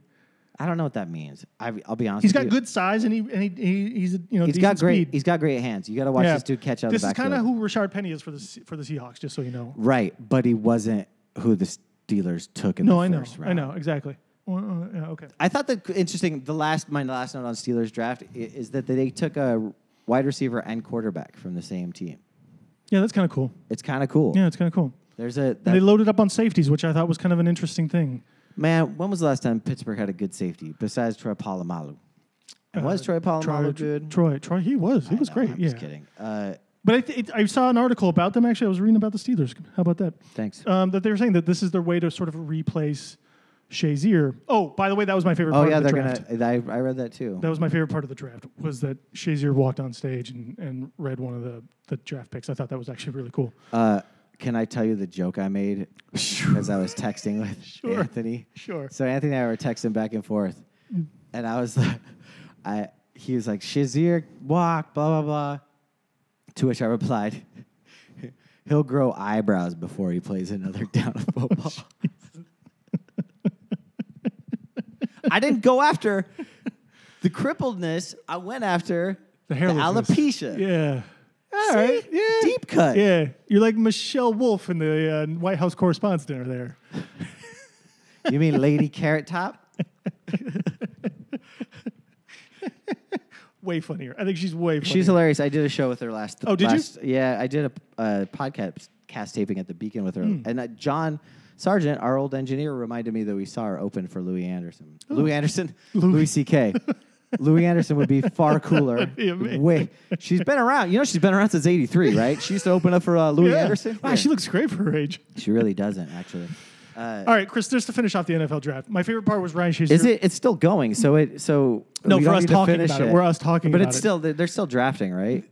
Speaker 1: I don't know what that means. I, I'll be honest.
Speaker 2: He's
Speaker 1: with
Speaker 2: got
Speaker 1: you.
Speaker 2: good size, and he and he, he he's a, you know
Speaker 1: He's
Speaker 2: decent
Speaker 1: got great.
Speaker 2: speed.
Speaker 1: He's got great hands. You got to watch
Speaker 2: Yeah.
Speaker 1: this dude catch out
Speaker 2: This
Speaker 1: of the
Speaker 2: is kind
Speaker 1: backfield.
Speaker 2: of who Rashard Penny is for the Se- for the Seahawks, just so you know.
Speaker 1: right, but he wasn't who the Steelers took in
Speaker 2: No,
Speaker 1: the
Speaker 2: I know,
Speaker 1: first
Speaker 2: I
Speaker 1: round.
Speaker 2: know exactly. Well, uh, yeah, okay.
Speaker 1: I thought the interesting. The last my last note on Steelers draft i- is that they took a wide receiver and quarterback from the same team.
Speaker 2: Yeah, that's kind of cool.
Speaker 1: It's kind of cool.
Speaker 2: Yeah, it's kind of cool.
Speaker 1: There's a
Speaker 2: And they
Speaker 1: that,
Speaker 2: loaded up on safeties, which I thought was kind of an interesting thing.
Speaker 1: man. When was the last time Pittsburgh had a good safety besides Troy Polamalu? And was Troy Polamalu
Speaker 2: Uh, Troy,
Speaker 1: good?
Speaker 2: Troy, Troy, he was, he was
Speaker 1: No,
Speaker 2: great.
Speaker 1: I'm
Speaker 2: yeah,
Speaker 1: just kidding. Uh,
Speaker 2: but I, th- it, I saw an article about them. Actually, I was reading about the Steelers. How about that?
Speaker 1: thanks.
Speaker 2: Um, that they were saying that this is their way to sort of replace Shazier. Oh, by the way, that was my favorite.
Speaker 1: oh
Speaker 2: part
Speaker 1: yeah,
Speaker 2: of the
Speaker 1: they're
Speaker 2: draft.
Speaker 1: gonna. I, I read that too.
Speaker 2: That was my favorite part of the draft was that Shazier walked on stage and, and read one of the, the draft picks. I thought that was actually really cool.
Speaker 1: Uh, can I tell you the joke I made as I was texting with Anthony?
Speaker 2: Sure. Mm.
Speaker 1: So Anthony and I were texting back and forth, and I was like, I he was like Shazier walk blah blah blah, to which I replied, he'll grow eyebrows before he plays another down of
Speaker 2: Oh,
Speaker 1: football. I didn't go after the crippledness. I went after the,
Speaker 2: hairlessness.
Speaker 1: alopecia.
Speaker 2: Yeah.
Speaker 1: All right. Deep cut.
Speaker 2: Yeah. You're like Michelle Wolf in the uh, White House Correspondents' Dinner there.
Speaker 1: You mean Lady Carrot Top?
Speaker 2: Way funnier. I think she's way funnier.
Speaker 1: She's hilarious. I did a show with her last.
Speaker 2: Oh, did you?
Speaker 1: last, you? Yeah, I did a, a podcast cast taping at the Beacon with her,
Speaker 2: Hmm.
Speaker 1: and uh, John Sargent, our old engineer, reminded me that we saw her open for Louis Anderson.
Speaker 2: Oh.
Speaker 1: Louis Anderson, Louis, C.K. Louis Anderson would be far cooler.
Speaker 2: be amazing.
Speaker 1: Wait, she's been around. You know, she's been around since '83, right? She used to open up for uh, Louis
Speaker 2: Yeah.
Speaker 1: Anderson.
Speaker 2: Wow,
Speaker 1: Yeah.
Speaker 2: she looks great for her age.
Speaker 1: She really doesn't, actually.
Speaker 2: All right, Chris, just to finish off the NFL draft, my favorite part was Ryan Shazier.
Speaker 1: Uh, Is it? It's still going. So it. So
Speaker 2: No,
Speaker 1: we
Speaker 2: for
Speaker 1: don't
Speaker 2: us
Speaker 1: need to
Speaker 2: talking
Speaker 1: finish
Speaker 2: about it. We're us talking
Speaker 1: But
Speaker 2: about
Speaker 1: it's
Speaker 2: it.
Speaker 1: still. They're they're still drafting, right?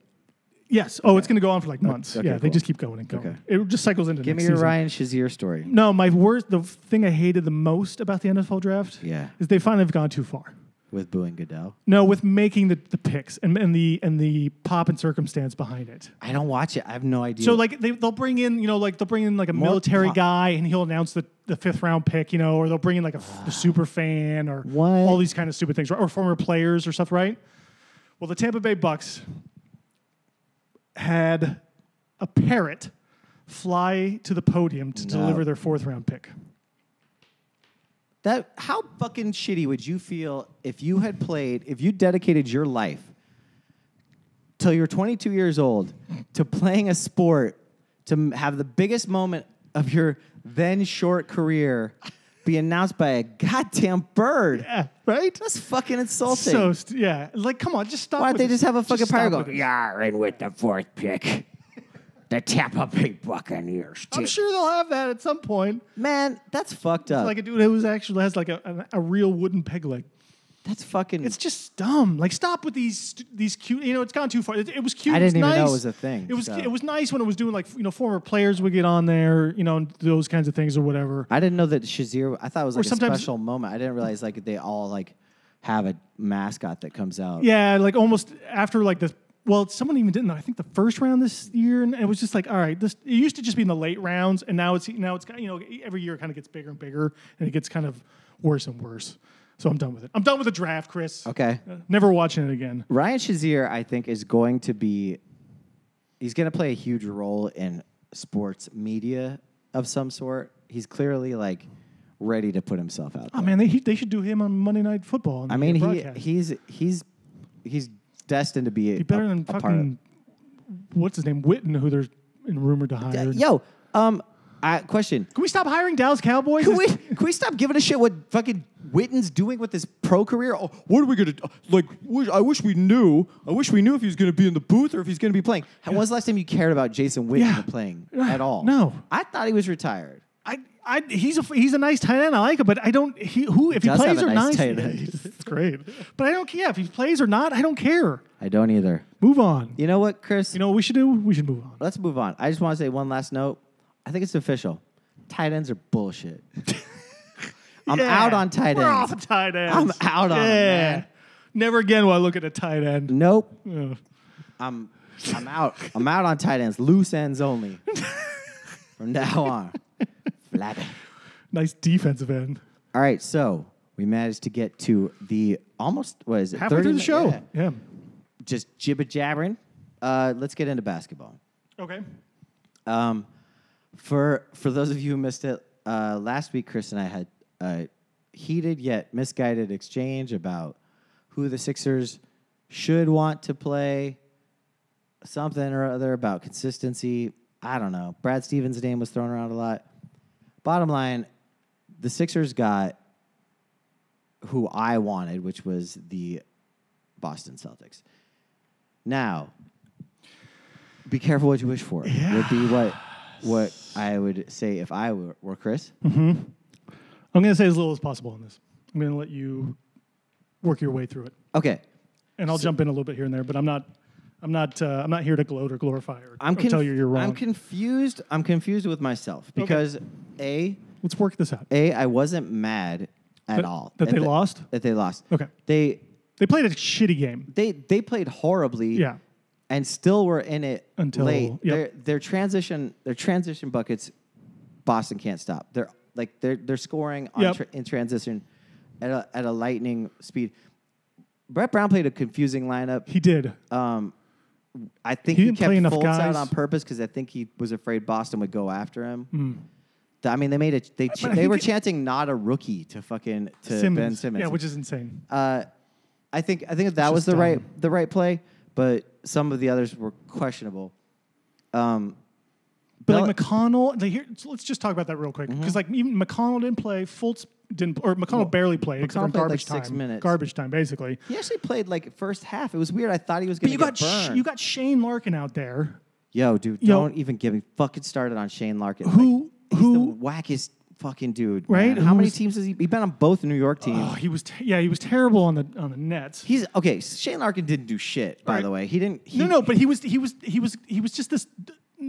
Speaker 2: Yes. Oh, it's going to go on for like months.
Speaker 1: okay,
Speaker 2: yeah, they
Speaker 1: cool.
Speaker 2: just keep going and going.
Speaker 1: Okay.
Speaker 2: It just cycles into
Speaker 1: Give me
Speaker 2: next
Speaker 1: your
Speaker 2: season.
Speaker 1: Ryan Shazier story.
Speaker 2: No, my worst, the thing I hated the most about the NFL draft
Speaker 1: Yeah.
Speaker 2: is they finally have gone too far.
Speaker 1: with Boo and Goodell.
Speaker 2: No, with making the, the picks and, and the and the pop and circumstance behind it.
Speaker 1: I don't watch it. I have no idea.
Speaker 2: So like they they'll bring in you know like they'll bring in like a military
Speaker 1: pop.
Speaker 2: guy and he'll announce the, the fifth round pick you know or they'll bring in like a f- the super fan or
Speaker 1: What?
Speaker 2: all these kind of stupid things right? or former players or stuff right. Well, the Tampa Bay Bucks had a parrot fly to the podium to
Speaker 1: No.
Speaker 2: deliver their fourth round pick.
Speaker 1: that how fucking shitty would you feel if you had played, if you dedicated your life till you're 22 years old to playing a sport to m- have the biggest moment of your then short career be announced by a goddamn bird?
Speaker 2: Yeah, right.
Speaker 1: That's fucking insulting.
Speaker 2: So st- yeah, like come on, just stop.
Speaker 1: Why don't
Speaker 2: with
Speaker 1: they
Speaker 2: this.
Speaker 1: just have a fucking
Speaker 2: stop
Speaker 1: pirate
Speaker 2: with
Speaker 1: go,
Speaker 2: it.
Speaker 3: Yar, and with the fourth pick, the Tampa Bay Buccaneers.
Speaker 2: I'm sure they'll have that at some point.
Speaker 1: Man, that's fucked up.
Speaker 2: Like a dude who's actually has like a, an- a, real wooden peg leg.
Speaker 1: that's fucking.
Speaker 2: It's just dumb. Like stop with these st- these cute. You know, it's gone too far. It, it was cute.
Speaker 1: I
Speaker 2: it was
Speaker 1: didn't even know it
Speaker 2: nice.
Speaker 1: was a thing,
Speaker 2: It was
Speaker 1: so.
Speaker 2: it was nice when it was doing like you know former players would get on there. You know and those kinds of things or whatever.
Speaker 1: I didn't know that Shazir. I thought it was like a
Speaker 2: sometimes-
Speaker 1: special moment. I didn't realize like they all like have a mascot that comes out.
Speaker 2: Yeah, like almost after like the well, someone even didn't. I think the first round this year, and it was just like, all right, this it used to just be in the late rounds, and now it's now it's you know every year kind of gets bigger and bigger, and it gets kind of worse and worse. So I'm done with it. I'm done with the draft, Chris. Uh,
Speaker 1: Okay.
Speaker 2: Never watching it again.
Speaker 1: Ryan Shazier, I think, is going to be. He's going to play a huge role in sports media of some sort. He's clearly like ready to put himself out.
Speaker 2: Oh
Speaker 1: There.
Speaker 2: man, they he, they should do him on Monday Night Football. on
Speaker 1: I
Speaker 2: the
Speaker 1: mean, he
Speaker 2: broadcast.
Speaker 1: he's he's he's destined to be, a-
Speaker 2: Be better
Speaker 1: a-
Speaker 2: than
Speaker 1: a part of-
Speaker 2: fucking what's his name Witten, who they're in rumored to hire.
Speaker 1: Yo, um, I, question.
Speaker 2: Can we stop hiring Dallas Cowboys?
Speaker 1: Can we, can we stop giving a shit what fucking Witten's doing with his pro career? Oh, what are we gonna like? wish- I wish we knew. I wish we knew if he was gonna be in the booth or if he's gonna be playing. When was the last time you cared about Jason Witten
Speaker 2: Yeah.
Speaker 1: playing
Speaker 2: Yeah.
Speaker 1: at all?
Speaker 2: No.
Speaker 1: I thought he was retired.
Speaker 2: I, I, he's a he's a nice tight end. I like him, but I don't. He, who if he,
Speaker 1: does have
Speaker 2: plays
Speaker 1: a
Speaker 2: or
Speaker 1: nice
Speaker 2: not?
Speaker 1: tight end.
Speaker 2: it's great, but I don't care if he plays or not. I don't care.
Speaker 1: I don't either.
Speaker 2: Move on.
Speaker 1: You know what, Chris?
Speaker 2: You know what we should do? We should move on.
Speaker 1: Let's move on. I just want to say one last note. I think it's official. Tight ends are bullshit. I'm
Speaker 2: Yeah.
Speaker 1: out on tight
Speaker 2: We're
Speaker 1: ends.
Speaker 2: off of tight ends.
Speaker 1: I'm out on 'em, man. Mm.
Speaker 2: Never again will I look at a tight end.
Speaker 1: Nope.
Speaker 2: Ugh.
Speaker 1: I'm I'm out. I'm out on tight ends. Loose ends only. From now on. Flabby.
Speaker 2: Nice defensive end.
Speaker 1: All right, so we managed to get to the almost what is it?
Speaker 2: Halfway
Speaker 1: 30
Speaker 2: through the
Speaker 1: minute-
Speaker 2: show.
Speaker 1: yeah.
Speaker 2: Yeah.
Speaker 1: Just jibber jabbering. Uh, let's get into basketball.
Speaker 2: Okay.
Speaker 1: Um, for for those of you who missed it, uh, last week Chris and I had a heated yet misguided exchange about who the Sixers should want to play, something or other about consistency. I don't know. Brad Stevens' name was thrown around a lot. Bottom line, the Sixers got who I wanted, which was the Boston Celtics. Now, be careful what you wish for. Would be what what I would say if I were, were Chris.
Speaker 2: I'm going to say as little as possible on this. I'm going to let you work your way through it,
Speaker 1: Okay,
Speaker 2: and I'll jump in a little bit here and there. But I'm not. I'm not. Uh, I'm not here to gloat or glorify or,
Speaker 1: I'm
Speaker 2: or
Speaker 1: conf-
Speaker 2: tell you you're wrong.
Speaker 1: I'm confused. I'm confused with myself because
Speaker 2: Let's work this out.
Speaker 1: a a I wasn't mad at
Speaker 2: That-
Speaker 1: all
Speaker 2: that
Speaker 1: at
Speaker 2: they
Speaker 1: the-
Speaker 2: lost?
Speaker 1: That they lost.
Speaker 2: Okay.
Speaker 1: They
Speaker 2: They played a shitty game.
Speaker 1: they they played horribly.
Speaker 2: Yeah.
Speaker 1: And still were in it
Speaker 2: Until-
Speaker 1: late.
Speaker 2: yep.
Speaker 1: Their their transition their transition buckets, Boston can't stop. They're like they're they're scoring on
Speaker 2: Yep.
Speaker 1: tra- in transition at a, at a lightning speed. Brett Brown played a confusing lineup.
Speaker 2: He did.
Speaker 1: Um, I think
Speaker 2: He
Speaker 1: he,
Speaker 2: didn't
Speaker 1: kept
Speaker 2: play enough
Speaker 1: Fultz out
Speaker 2: guys.
Speaker 1: on purpose because I think he was afraid Boston would go after him. Th- I mean, they made it. They ch-
Speaker 2: Hmm. But I
Speaker 1: they
Speaker 2: think
Speaker 1: were
Speaker 2: it-
Speaker 1: chanting "not a rookie" to fucking to Ben Simmons.
Speaker 2: Yeah, which is insane.
Speaker 1: uh, I think I think that was
Speaker 2: just
Speaker 1: the
Speaker 2: dumb.
Speaker 1: right the right play, but some of the others were questionable. Um,
Speaker 2: But
Speaker 1: Bell-
Speaker 2: like McConnell, like here, so let's just talk about that real quick
Speaker 1: Mm-hmm.
Speaker 2: because like even McConnell didn't play, Fultz didn't, or McConnell barely played except
Speaker 1: McConnell
Speaker 2: for
Speaker 1: played, like,
Speaker 2: garbage time.
Speaker 1: six minutes.
Speaker 2: Garbage time, basically.
Speaker 1: he actually played like first half. It was weird. I thought he was
Speaker 2: But
Speaker 1: going
Speaker 2: you
Speaker 1: to
Speaker 2: got
Speaker 1: get
Speaker 2: Sh-
Speaker 1: burned.
Speaker 2: you got Shane Larkin out there,
Speaker 1: Yo, dude,
Speaker 2: Yo.
Speaker 1: don't even get me fucking started on Shane Larkin.
Speaker 2: who
Speaker 1: like, he's
Speaker 2: who
Speaker 1: the whackest fucking dude.
Speaker 2: Right?
Speaker 1: man. How many
Speaker 2: Who's-
Speaker 1: teams has he? He's been on both New York teams.
Speaker 2: oh, he was te- yeah he was terrible on the on the Nets.
Speaker 1: He's okay. Shane Larkin didn't do shit, by
Speaker 2: Right.
Speaker 1: the way. He didn't. He,
Speaker 2: no no, but he was he was he was he was just this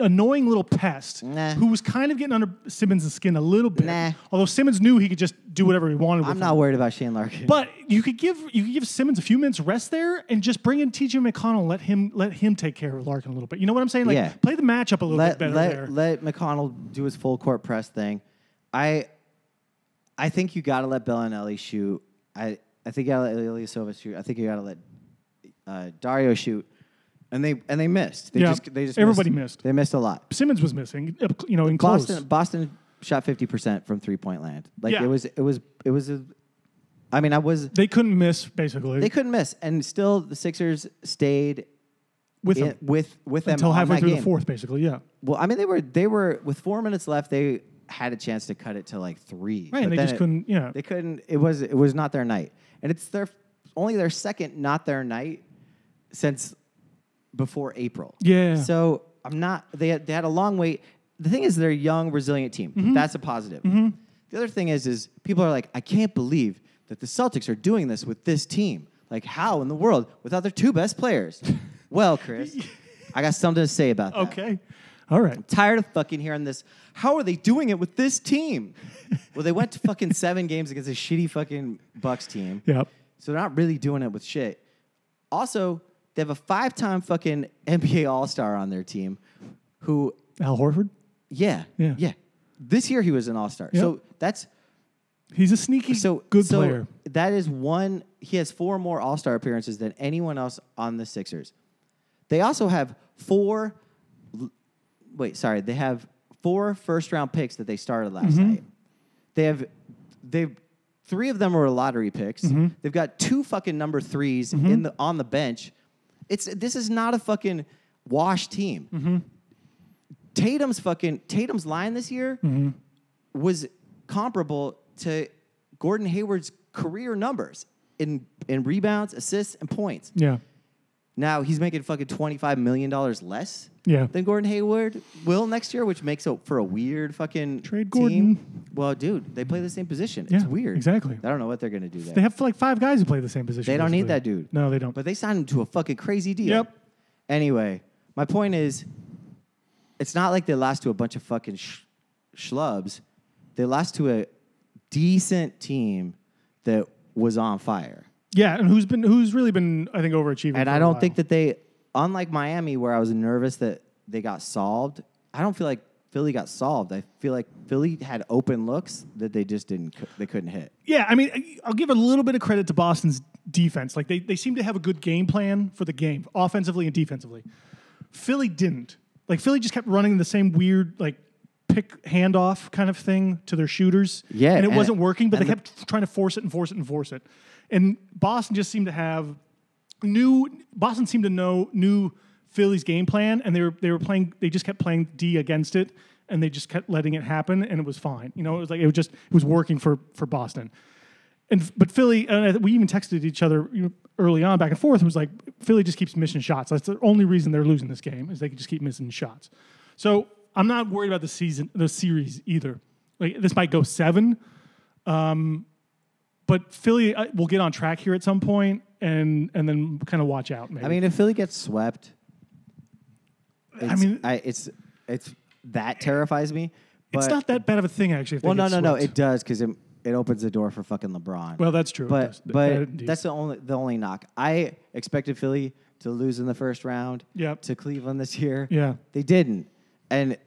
Speaker 2: annoying little pest
Speaker 1: Nah.
Speaker 2: who was kind of getting under Simmons' skin a little bit.
Speaker 1: Nah.
Speaker 2: Although Simmons knew he could just do whatever he wanted. With
Speaker 1: I'm
Speaker 2: him.
Speaker 1: not worried about Shane Larkin.
Speaker 2: But you could give you could give Simmons a few minutes rest there and just bring in TJ McConnell. Let him let him take care of Larkin a little bit. You know what I'm saying? Like
Speaker 1: Yeah.
Speaker 2: play the matchup a little
Speaker 1: let
Speaker 2: bit better
Speaker 1: let
Speaker 2: there.
Speaker 1: let McConnell do his full court press thing. I I think you got to let Bellinelli shoot. I I think you got to let Ilyasova shoot. I think you got to let uh, Dario shoot. And they and they missed. They
Speaker 2: Yeah.
Speaker 1: just they just
Speaker 2: Everybody missed.
Speaker 1: They missed a lot.
Speaker 2: Simmons was missing. You know, in close.
Speaker 1: Boston Boston shot 50% from three-point land. Like
Speaker 2: Yeah.
Speaker 1: it was it was it was a I mean, I was
Speaker 2: They couldn't miss basically
Speaker 1: they couldn't miss and still the Sixers stayed
Speaker 2: with
Speaker 1: in-
Speaker 2: him
Speaker 1: with with them
Speaker 2: until
Speaker 1: on
Speaker 2: halfway
Speaker 1: that
Speaker 2: through
Speaker 1: game.
Speaker 2: the fourth. Basically, yeah.
Speaker 1: Well, I mean, they were they were with four minutes left. They had a chance to cut it to like three.
Speaker 2: Right,
Speaker 1: but
Speaker 2: and they
Speaker 1: then
Speaker 2: just
Speaker 1: it-
Speaker 2: couldn't- yeah.
Speaker 1: they couldn't. It was it was not their night, and it's their only their second not their night since before April.
Speaker 2: Yeah.
Speaker 1: So I'm not. They had, they had a long wait. The thing is, they're a young, resilient team.
Speaker 2: Mm-hmm.
Speaker 1: That's a positive. The other thing is, is people are like, I can't believe that the Celtics are doing this with this team. Like, how in the world without their two best players? well, Chris, I got something to say about that
Speaker 2: Okay. All right.
Speaker 1: tired of fucking hearing this. How are they doing it with this team? well, they went to fucking seven games against a shitty fucking Bucks team.
Speaker 2: Yeah.
Speaker 1: So they're not really doing it with shit. Also, they have a five-time fucking NBA All-Star on their team who
Speaker 2: Al Horford.
Speaker 1: yeah,
Speaker 2: Yeah.
Speaker 1: This year he was an All-Star. So that's
Speaker 2: He's a sneaky
Speaker 1: so
Speaker 2: good
Speaker 1: so
Speaker 2: player.
Speaker 1: That is one. He has four more All Star appearances than anyone else on the Sixers. They also have four. l- Wait, sorry. They have four first round picks that they started last
Speaker 2: Mm-hmm.
Speaker 1: night. They have they've three of them were lottery picks. They've got two fucking number 3s in the on the bench. It's this is not a fucking wash team. Tatum's fucking Tatum's line this year was comparable to Gordon Hayward's career numbers in in rebounds, assists, and points.
Speaker 2: Yeah.
Speaker 1: Now he's making fucking twenty five million dollars less
Speaker 2: Yeah.
Speaker 1: than Gordon Hayward will next year, which makes it for a weird fucking team.
Speaker 2: Trade Gordon.
Speaker 1: Well, dude, they play the same position.
Speaker 2: Yeah,
Speaker 1: it's weird.
Speaker 2: exactly.
Speaker 1: I don't know what they're gonna do there.
Speaker 2: They have like five guys who play the same position.
Speaker 1: They don't need
Speaker 2: basically.
Speaker 1: that dude.
Speaker 2: No, they don't.
Speaker 1: but they signed him to a fucking crazy deal.
Speaker 2: Yep.
Speaker 1: Anyway, my point is, it's not like they lost to a bunch of fucking sh- schlubs. They lost to a decent team that was on fire.
Speaker 2: yeah, and who's been who's really been I think overachieving.
Speaker 1: And
Speaker 2: for
Speaker 1: I
Speaker 2: a
Speaker 1: don't
Speaker 2: while.
Speaker 1: think that they, unlike Miami, where I was nervous that they got solved, I don't feel like Philly got solved. I feel like Philly had open looks that they just didn't, they couldn't hit.
Speaker 2: Yeah, I mean, I- I'll give a little bit of credit to Boston's defense. Like they, they seem to have a good game plan for the game, offensively and defensively. Philly didn't. Like Philly just kept running the same weird like pick handoff kind of thing to their shooters.
Speaker 1: Yeah,
Speaker 2: and it
Speaker 1: and-
Speaker 2: wasn't working, but they
Speaker 1: and the-
Speaker 2: kept trying to force it and force it and force it. And Boston just seemed to have new. Boston seemed to know knew Philly's game plan, and they were they were playing. They just kept playing D against it, and they just kept letting it happen, and it was fine. You know, it was like it was just it was working for for Boston. And but Philly, and I- we even texted each other you know, early on back and forth. It was like Philly just keeps missing shots. That's the only reason they're losing this game is they can just keep missing shots. So I'm not worried about the season, the series either. Like this might go seven, um, but Philly uh, will get on track here at some point, and and then kind of watch out. Maybe.
Speaker 1: I mean, if Philly gets swept, it's, I
Speaker 2: mean-
Speaker 1: mean, it's it's that terrifies me. But,
Speaker 2: it's not that bad of a thing actually. If they
Speaker 1: Well, no,
Speaker 2: get
Speaker 1: no, no.
Speaker 2: swept.
Speaker 1: It does because it it opens the door for fucking LeBron.
Speaker 2: Well, that's true. It does.
Speaker 1: But
Speaker 2: Th- that
Speaker 1: but
Speaker 2: indeed.
Speaker 1: that's the only the only knock. I expected Philly to lose in the first round.
Speaker 2: Yep.
Speaker 1: To Cleveland this year.
Speaker 2: Yeah.
Speaker 1: They didn't, and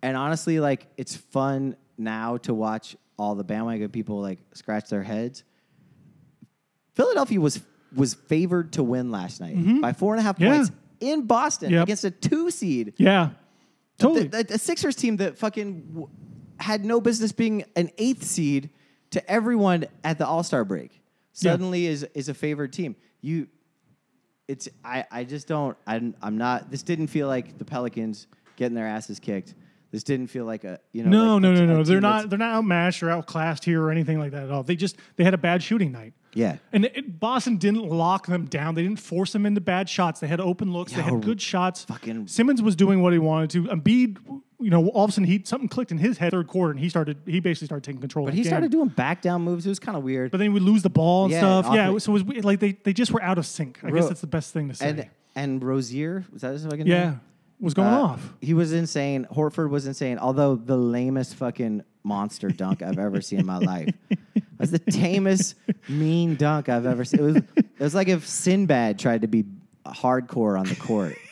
Speaker 1: and honestly, like it's fun now to watch all the bandwagon people like scratch their heads. Philadelphia was was favored to win last night by four and a half
Speaker 2: Mm-hmm. Yeah.
Speaker 1: points in Boston
Speaker 2: Yep.
Speaker 1: against a two seed
Speaker 2: yeah, totally.
Speaker 1: the, the- the Sixers team that fucking w- had no business being an eighth seed to everyone at the All Star break suddenly is is a favored team. You, it's I I just don't I'm, I'm not. This didn't feel like the Pelicans getting their asses kicked. This didn't feel like a you know.
Speaker 2: No,
Speaker 1: like
Speaker 2: no,
Speaker 1: a-
Speaker 2: no,
Speaker 1: a
Speaker 2: no.
Speaker 1: team
Speaker 2: They're
Speaker 1: that's-
Speaker 2: not. They're not outmatched or outclassed here or anything like that at all. They just they had a bad shooting night.
Speaker 1: Yeah.
Speaker 2: And it, Boston didn't lock them down. They didn't force them into bad shots. They had open looks. they
Speaker 1: Yo,
Speaker 2: had good shots.
Speaker 1: fucking-
Speaker 2: Simmons was doing what he wanted to. Embiid, you know, all of a sudden he something clicked in his head third quarter, and he started. He basically started taking control.
Speaker 1: But
Speaker 2: of the
Speaker 1: he
Speaker 2: game.
Speaker 1: started doing back down moves. It was kind of weird.
Speaker 2: But then we lose the ball and
Speaker 1: Yeah,
Speaker 2: stuff. Yeah.
Speaker 1: awfully.
Speaker 2: it was- So it was weird. like they they just were out of sync. I guess
Speaker 1: Ro-
Speaker 2: that's the best thing to say.
Speaker 1: and and Rozier was that his fucking
Speaker 2: yeah.
Speaker 1: name?
Speaker 2: Was going
Speaker 1: Uh,
Speaker 2: off.
Speaker 1: He was insane. Horford was insane. Although the lamest fucking monster dunk I've ever seen in my life. That's the tamest mean dunk I've ever seen. It was, it was like if Sinbad tried to be hardcore on the court.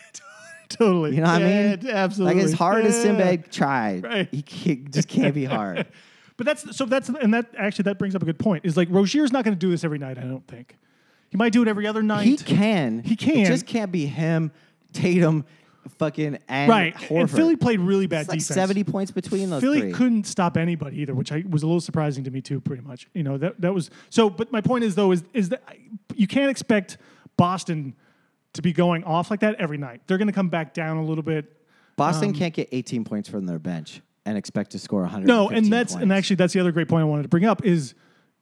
Speaker 2: Totally.
Speaker 1: You know what
Speaker 2: Yeah,
Speaker 1: I mean?
Speaker 2: Absolutely.
Speaker 1: Like as hard as
Speaker 2: Yeah.
Speaker 1: Sinbad tried,
Speaker 2: Right.
Speaker 1: he can't- just can't be hard.
Speaker 2: But that's so that's and that actually that brings up a good point. Is like Rozier's not going to do this every night. I don't think he might do it every other night.
Speaker 1: he can.
Speaker 2: He can.
Speaker 1: It just can't be him, Tatum, fucking and
Speaker 2: right.
Speaker 1: Horford.
Speaker 2: And Philly played really bad
Speaker 1: it's like
Speaker 2: defense.
Speaker 1: seventy points between those
Speaker 2: Philly
Speaker 1: 3
Speaker 2: couldn't stop anybody either, which I was a little surprising to me too. Pretty much, you know that that was so. But my point is though is is that I- you can't expect Boston to be going off like that every night. They're going to come back down a little bit.
Speaker 1: Boston
Speaker 2: Um,
Speaker 1: can't get eighteen points from their bench and expect to score one hundred.
Speaker 2: No, and that's and actually that's the other great point I wanted to bring up is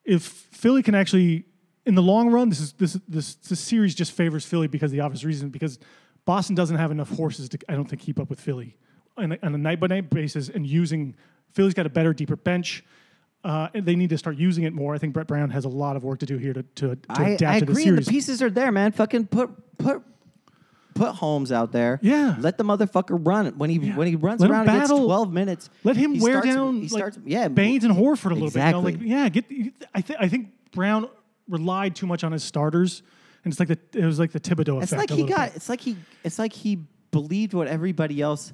Speaker 2: if Philly can actually in the long run, this is this this this series just favors Philly because of the obvious reason because Boston doesn't have enough horses to I don't think keep up with Philly on a, on a night by night basis and using Philly's got a better deeper bench. Uh, and they need to start using it more. I think Brett Brown has a lot of work to do here to, to, to
Speaker 1: I,
Speaker 2: adapt
Speaker 1: I
Speaker 2: to the
Speaker 1: agree. and
Speaker 2: series.
Speaker 1: the pieces are there, man. Fucking put put put Holmes out there.
Speaker 2: Yeah.
Speaker 1: Let the motherfucker run. When he when he runs
Speaker 2: Let him
Speaker 1: around, he gets
Speaker 2: battle.
Speaker 1: twelve minutes.
Speaker 2: Let him
Speaker 1: He
Speaker 2: wear
Speaker 1: starts-
Speaker 2: down
Speaker 1: He
Speaker 2: like,
Speaker 1: starts. Yeah.
Speaker 2: Baines and Horford a little bit.
Speaker 1: Exactly.
Speaker 2: You know? Like, yeah, get. I think I think Brown relied too much on his starters, and it's like the it was like the Thibodeau
Speaker 1: It's like
Speaker 2: effect. a
Speaker 1: he
Speaker 2: little
Speaker 1: got.
Speaker 2: bit.
Speaker 1: It's like he. It's like he believed what everybody else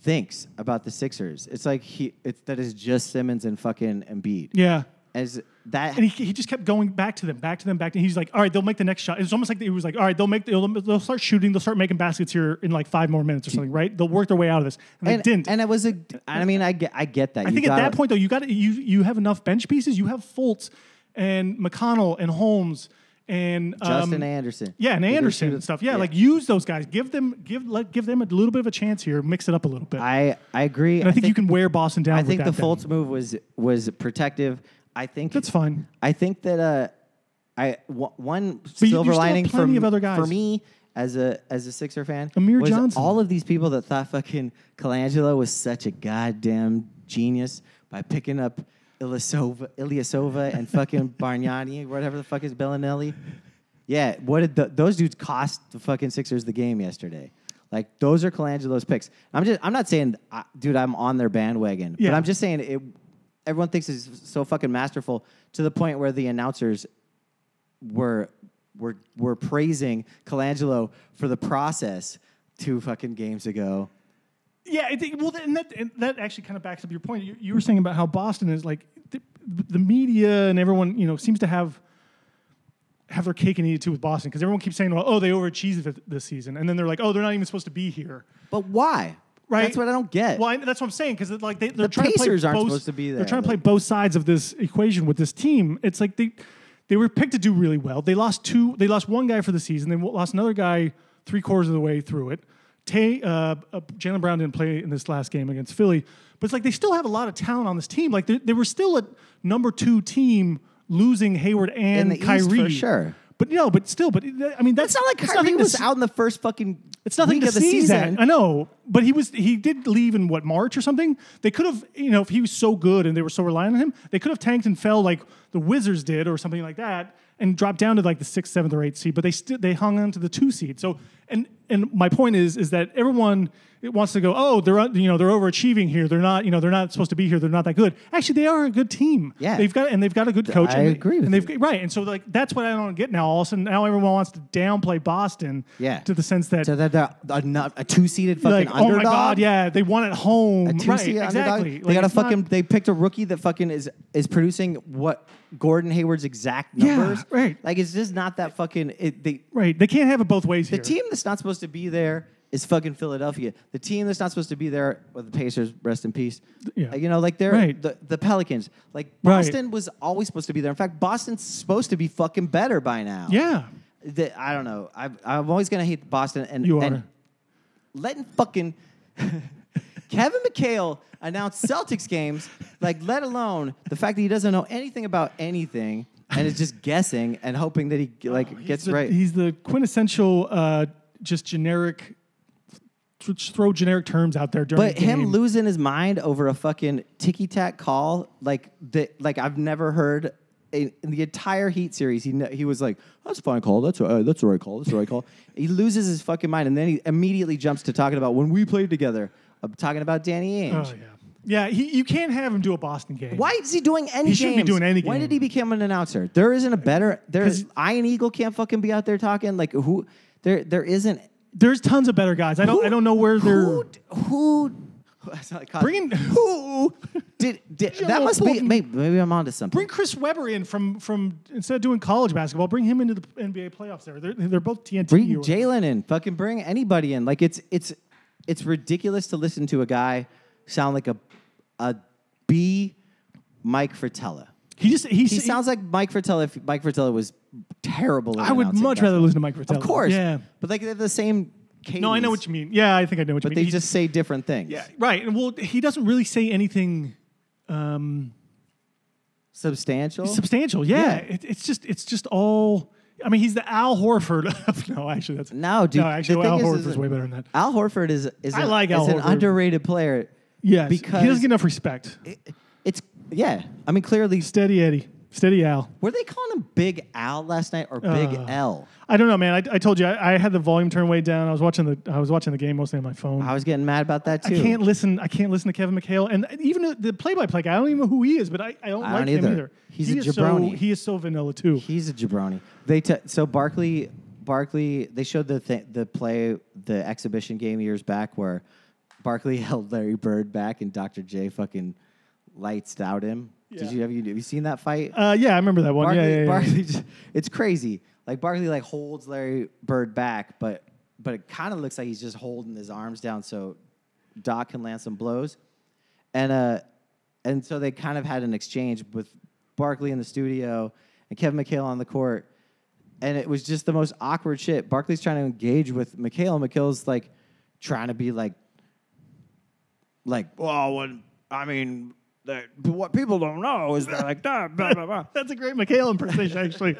Speaker 1: thinks about the Sixers. It's like he. It's that is just Simmons and fucking Embiid.
Speaker 2: Yeah.
Speaker 1: As that.
Speaker 2: And he, he just kept going back to them, back to them, back to. He's like, all right, they'll make the next shot. It's almost like he was like, all right, they'll make, they'll, they'll start shooting, they'll start making baskets here in like five more minutes or something, right? They'll work their way out of this, and,
Speaker 1: and,
Speaker 2: they didn't.
Speaker 1: and it was a. I mean, I get. I get that.
Speaker 2: I think at that point though, you got you you have enough bench pieces. You have Fultz and McConnell and Holmes and um,
Speaker 1: Justin Anderson.
Speaker 2: Yeah, and
Speaker 1: Did they
Speaker 2: Anderson
Speaker 1: shoot it?
Speaker 2: and stuff. Yeah, like use those guys. Give them give let give them a little bit of a chance here. Mix it up a little bit.
Speaker 1: I I agree.
Speaker 2: and I, think, you can wear Boston down.
Speaker 1: I
Speaker 2: with
Speaker 1: think the
Speaker 2: that then.
Speaker 1: Fultz move was was protective. I think
Speaker 2: That's fine.
Speaker 1: I think that uh, I w- one
Speaker 2: you-
Speaker 1: silver
Speaker 2: you still have
Speaker 1: lining for,
Speaker 2: plenty of
Speaker 1: m-
Speaker 2: other guys.
Speaker 1: for me as a as a Sixer fan,
Speaker 2: Amir
Speaker 1: was
Speaker 2: Johnson.
Speaker 1: All of these people that thought fucking Colangelo was such a goddamn genius by picking up Ilyasova, Ilyasova and fucking Bargnani, whatever the fuck is Bellinelli. Yeah, what did the, those dudes cost the fucking Sixers the game yesterday? Like those are Colangelo's picks. I'm just I'm not saying, uh, dude, I'm on their bandwagon,
Speaker 2: Yeah.
Speaker 1: but I'm just saying it. Everyone thinks it's so fucking masterful to the point where the announcers were were were praising Colangelo for the process two fucking games ago.
Speaker 2: Yeah, I think, well, and that and that actually kind of backs up your point. You, you were saying about how Boston is like the, the media and everyone, you know, seems to have have their cake and eat it too with Boston because everyone keeps saying, well, oh, they overachieved th- this season, and then they're like, oh, they're not even supposed to be here,
Speaker 1: But why?
Speaker 2: right?
Speaker 1: That's what I don't get.
Speaker 2: Well, I, that's what I'm saying because like they, they're
Speaker 1: The
Speaker 2: trying
Speaker 1: Pacers
Speaker 2: to play
Speaker 1: aren't
Speaker 2: both,
Speaker 1: supposed to be
Speaker 2: They're
Speaker 1: there,
Speaker 2: trying to play
Speaker 1: like-
Speaker 2: both sides of this equation with this team. It's like they they were picked to do really well. They lost two. They lost one guy for the season. They lost another guy three quarters of the way through it. Tay, uh, uh, Jalen Brown didn't play in this last game against Philly, but it's like they still have a lot of talent on this team. Like they, they were still a number two team, losing Hayward and
Speaker 1: the East for
Speaker 2: Kyrie
Speaker 1: sure.
Speaker 2: But no, but still, but I mean
Speaker 1: it's
Speaker 2: that's
Speaker 1: not like
Speaker 2: it's
Speaker 1: Kyrie
Speaker 2: nothing to
Speaker 1: was
Speaker 2: s-
Speaker 1: out in the first fucking.
Speaker 2: it's nothing
Speaker 1: week
Speaker 2: to
Speaker 1: of the
Speaker 2: sneeze at.
Speaker 1: season.
Speaker 2: I know, but he was he did leave in what March or something. They could have, you know, if he was so good and they were so reliant on him, they could have tanked and fell like the Wizards did or something like that, and dropped down to like the sixth, seventh, or eighth seed. But they still they hung on to the two seed. So and and my point is is that everyone it wants to go, oh, they're uh, you know they're overachieving here. They're not you know they're not supposed to be here. They're not that good. Actually, they are a good team.
Speaker 1: Yeah.
Speaker 2: they've got and they've got a good coach.
Speaker 1: I
Speaker 2: and they-
Speaker 1: agree with
Speaker 2: and they've
Speaker 1: you.
Speaker 2: right. And so like that's what I don't get now. All of a sudden, now everyone wants to downplay Boston.
Speaker 1: Yeah.
Speaker 2: to the sense that
Speaker 1: So that they're a, not- a two-seeded fucking
Speaker 2: like,
Speaker 1: underdog.
Speaker 2: oh my god, yeah, they won at home.
Speaker 1: A
Speaker 2: right,
Speaker 1: two-seeded underdog.
Speaker 2: exactly.
Speaker 1: They
Speaker 2: Like,
Speaker 1: got a
Speaker 2: it's not-
Speaker 1: fucking. They picked a rookie that fucking is is producing what Gordon Hayward's exact
Speaker 2: Yeah,
Speaker 1: numbers.
Speaker 2: right.
Speaker 1: Like it's just not that fucking. It, they,
Speaker 2: right. They can't have it both ways
Speaker 1: the
Speaker 2: here.
Speaker 1: team that's not supposed to be there is fucking Philadelphia. The team that's not supposed to be there, well, the Pacers, rest in peace.
Speaker 2: Yeah.
Speaker 1: Uh, You know, like they're
Speaker 2: Right.
Speaker 1: the, the Pelicans. Like
Speaker 2: Right.
Speaker 1: Boston was always supposed to be there. In fact, Boston's supposed to be fucking better by now.
Speaker 2: yeah,
Speaker 1: The- I don't know. I, I'm always gonna hate Boston and
Speaker 2: you
Speaker 1: and
Speaker 2: are.
Speaker 1: letting fucking Kevin McHale announce Celtics games, like let alone the fact that he doesn't know anything about anything and is just guessing and hoping that he like gets
Speaker 2: Oh, he's the,
Speaker 1: right.
Speaker 2: He's the quintessential, uh, just generic. th- just throw generic terms out there during.
Speaker 1: But
Speaker 2: the game.
Speaker 1: him losing his mind over a fucking ticky tack call, like that, like I've never heard in, in the entire Heat series. He kn- he was like, "That's a fine call. That's a, uh, that's the right call. That's the right call." he loses his fucking mind, and then he immediately jumps to talking about when we played together. I'm talking about Danny
Speaker 2: Oh
Speaker 1: Ainge.
Speaker 2: yeah, yeah. He, you can't have him do a Boston game.
Speaker 1: Why is he doing any?
Speaker 2: He shouldn't be
Speaker 1: games?
Speaker 2: doing any
Speaker 1: Why
Speaker 2: game.
Speaker 1: did he become an announcer? There isn't a better. There's Iron Eagle can't fucking be out there talking like who. There there isn't.
Speaker 2: There's tons of better guys. I don't. I don't know where they're.
Speaker 1: Who d- who. That's not like Cosby.
Speaker 2: Bring in-
Speaker 1: who did, did
Speaker 2: Show
Speaker 1: that
Speaker 2: a
Speaker 1: must be
Speaker 2: fucking-
Speaker 1: maybe, maybe I'm onto something.
Speaker 2: Bring Chris Webber in from from instead of doing college basketball, bring him into the NBA playoffs. There, they're, they're both TNT.
Speaker 1: bring
Speaker 2: or-
Speaker 1: Jalen in. Fucking bring anybody in. Like it's it's it's ridiculous to listen to a guy sound like a a B Mike Fratella.
Speaker 2: He just he,
Speaker 1: He sounds like Mike Fratella if Mike Fratella was terrible. At
Speaker 2: I would
Speaker 1: announcing
Speaker 2: much rather listen to Mike Fratello.
Speaker 1: basketball. Of course.
Speaker 2: Yeah.
Speaker 1: But like they have the same cadence,
Speaker 2: No, I know what you mean. Yeah, I think I know what you
Speaker 1: But they
Speaker 2: mean. He-
Speaker 1: just say different things.
Speaker 2: yeah, right. And well, he doesn't really say anything
Speaker 1: Substantial.
Speaker 2: substantial. Yeah,
Speaker 1: Yeah.
Speaker 2: It, it's just it's just all. I mean, he's the Al Horford. of- no, actually, that's
Speaker 1: No, dude.
Speaker 2: No, actually,
Speaker 1: the
Speaker 2: Al
Speaker 1: thing is-
Speaker 2: Horford's
Speaker 1: is-
Speaker 2: way better than that.
Speaker 1: Al Horford is is,
Speaker 2: I
Speaker 1: a-
Speaker 2: like Al
Speaker 1: is an
Speaker 2: Horford.
Speaker 1: underrated player.
Speaker 2: Yes,
Speaker 1: because
Speaker 2: he doesn't get enough respect.
Speaker 1: it- it's yeah. I mean, clearly,
Speaker 2: Steady Eddie, steady Al.
Speaker 1: were they calling him Big Al last night or Big
Speaker 2: Uh,
Speaker 1: L?
Speaker 2: I don't know, man. I, I told you I, I had the volume turned way down. I was watching the I was watching the game mostly on my phone.
Speaker 1: I was getting mad about that
Speaker 2: I
Speaker 1: too.
Speaker 2: can't listen. I can't listen to Kevin McHale, and even the play-by-play guy. I don't even know who he is, but I, I don't
Speaker 1: I
Speaker 2: like
Speaker 1: don't
Speaker 2: him
Speaker 1: either.
Speaker 2: either.
Speaker 1: He's
Speaker 2: he
Speaker 1: a
Speaker 2: is So,
Speaker 1: jabroni.
Speaker 2: he is so vanilla too.
Speaker 1: He's a jabroni. They t- so Barkley, Barkley. They showed the th- the play, the exhibition game years back where Barkley held Larry Bird back and Dr. J fucking lights out him.
Speaker 2: Yeah.
Speaker 1: Did you have you have you seen that fight?
Speaker 2: Uh, yeah, I remember that one.
Speaker 1: Barkley,
Speaker 2: yeah, yeah, yeah.
Speaker 1: Barkley just, it's crazy. Like Barkley like holds Larry Bird back, but but it kind of looks like he's just holding his arms down so Doc can land some blows. And uh and so they kind of had an exchange with Barkley in the studio and Kevin McHale on the court. and it was just the most awkward shit. Barkley's trying to engage with Mikhail. Mikhail's like trying to be like, like, well, what, I mean, that, what people don't know is that like, da, blah, blah, blah.
Speaker 2: That's a great Mikhail impersonation, actually.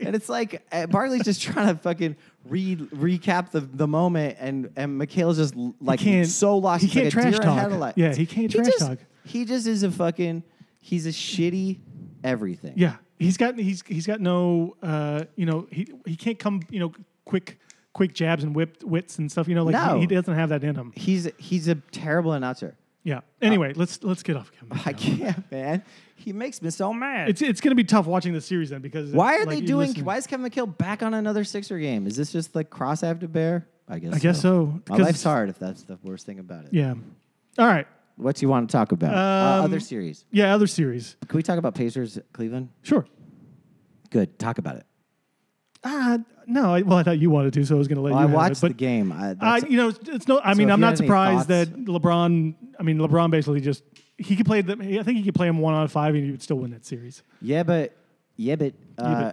Speaker 1: And it's like uh, Barkley's just trying to fucking re- recap the, the moment, and and Mikhail's just l- like
Speaker 2: can't-
Speaker 1: so lost.
Speaker 2: he
Speaker 1: He's like
Speaker 2: can't
Speaker 1: a deer
Speaker 2: trash
Speaker 1: in
Speaker 2: talk.
Speaker 1: headlights.
Speaker 2: Yeah, he can't trash
Speaker 1: just,
Speaker 2: talk.
Speaker 1: He just is a fucking. He's a shitty everything.
Speaker 2: Yeah, he's got he's he's got no uh, you know he he can't come you know quick quick jabs and whip wits and stuff you know like
Speaker 1: No.
Speaker 2: he, he doesn't have that in him.
Speaker 1: He's he's a terrible announcer.
Speaker 2: Yeah. Anyway, let's let's get off. Kevin.
Speaker 1: Oh, I can't, man. He makes me so mad.
Speaker 2: It's it's gonna be tough watching the series then because
Speaker 1: why are
Speaker 2: like,
Speaker 1: they
Speaker 2: you
Speaker 1: doing?
Speaker 2: listen-
Speaker 1: Why is Kevin McHale back on another Sixer game? Is this just like cross I have to bear? I guess.
Speaker 2: I guess so.
Speaker 1: My
Speaker 2: 'cause-
Speaker 1: life's hard if that's the worst thing about it.
Speaker 2: Yeah. All right.
Speaker 1: What do you want to talk about? uh,
Speaker 2: Um,
Speaker 1: other series.
Speaker 2: Yeah. Other series.
Speaker 1: Can we talk about Pacers Cleveland?
Speaker 2: Sure.
Speaker 1: Good. Talk about it.
Speaker 2: Uh, no. I, well, I thought you wanted to, so I was gonna let
Speaker 1: Well,
Speaker 2: you.
Speaker 1: I
Speaker 2: have it,
Speaker 1: watched
Speaker 2: but,
Speaker 1: the game. I,
Speaker 2: Uh,
Speaker 1: that's-
Speaker 2: you know, it's- it's no. I mean,
Speaker 1: if
Speaker 2: I'm
Speaker 1: you
Speaker 2: not
Speaker 1: had any
Speaker 2: surprised
Speaker 1: thoughts-
Speaker 2: that LeBron. I mean, LeBron basically just he could play them. I think he could play him one on five, and he would still win that series.
Speaker 1: yeah, but yeah, but uh,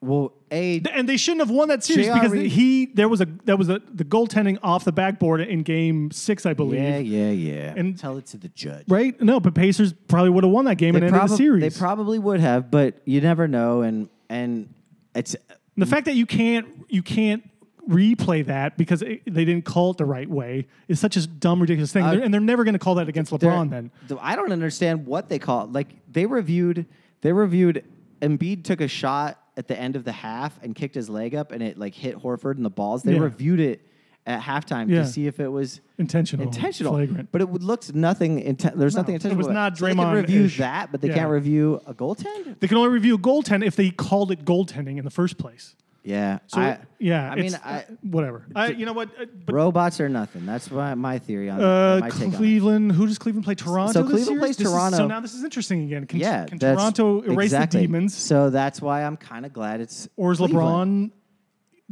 Speaker 1: well, a
Speaker 2: Th- And they shouldn't have won that series
Speaker 1: J.R.
Speaker 2: because
Speaker 1: Reed-
Speaker 2: he there was a that was a the goaltending off the backboard in Game Six, I believe.
Speaker 1: yeah, yeah, yeah.
Speaker 2: And-
Speaker 1: tell it to the judge.
Speaker 2: Right? No, but Pacers probably would have won that game and ended
Speaker 1: probab-
Speaker 2: the series.
Speaker 1: they probably would have, but you never know. And and it's
Speaker 2: the fact that you can't you can't replay that because it, they didn't call it the right way is such a dumb, ridiculous thing. They're- and they're never going to call that against
Speaker 1: they're-
Speaker 2: LeBron. Then
Speaker 1: th- I don't understand what they call it. Like they reviewed, they reviewed. Embiid took a shot at the end of the half and kicked his leg up, and it like hit Horford in the balls. They
Speaker 2: Yeah.
Speaker 1: reviewed it at halftime
Speaker 2: Yeah.
Speaker 1: to see if it was
Speaker 2: intentional,
Speaker 1: intentional,
Speaker 2: flagrant.
Speaker 1: but it would- looked nothing. Inten- there's nothing
Speaker 2: it
Speaker 1: intentional.
Speaker 2: was
Speaker 1: about
Speaker 2: not
Speaker 1: So they can
Speaker 2: Draymond-ish.
Speaker 1: review that, but they
Speaker 2: Yeah.
Speaker 1: can't review a goaltend.
Speaker 2: They can only review goaltend if they called it goaltending in the first place.
Speaker 1: Yeah,
Speaker 2: So
Speaker 1: I-
Speaker 2: yeah,
Speaker 1: I mean,
Speaker 2: it's-
Speaker 1: I,
Speaker 2: whatever. I, you know what? uh, But
Speaker 1: robots are nothing. That's my, my theory on
Speaker 2: uh,
Speaker 1: my take on it.
Speaker 2: Cleveland. Who does Cleveland play? Toronto.
Speaker 1: so
Speaker 2: this
Speaker 1: Cleveland
Speaker 2: year?
Speaker 1: plays
Speaker 2: This is- so
Speaker 1: Toronto.
Speaker 2: now this is interesting again. Can,
Speaker 1: Yeah,
Speaker 2: can
Speaker 1: that's-
Speaker 2: Toronto erase
Speaker 1: exactly.
Speaker 2: the demons,
Speaker 1: So that's why I'm kind of glad it's
Speaker 2: or is
Speaker 1: Cleveland.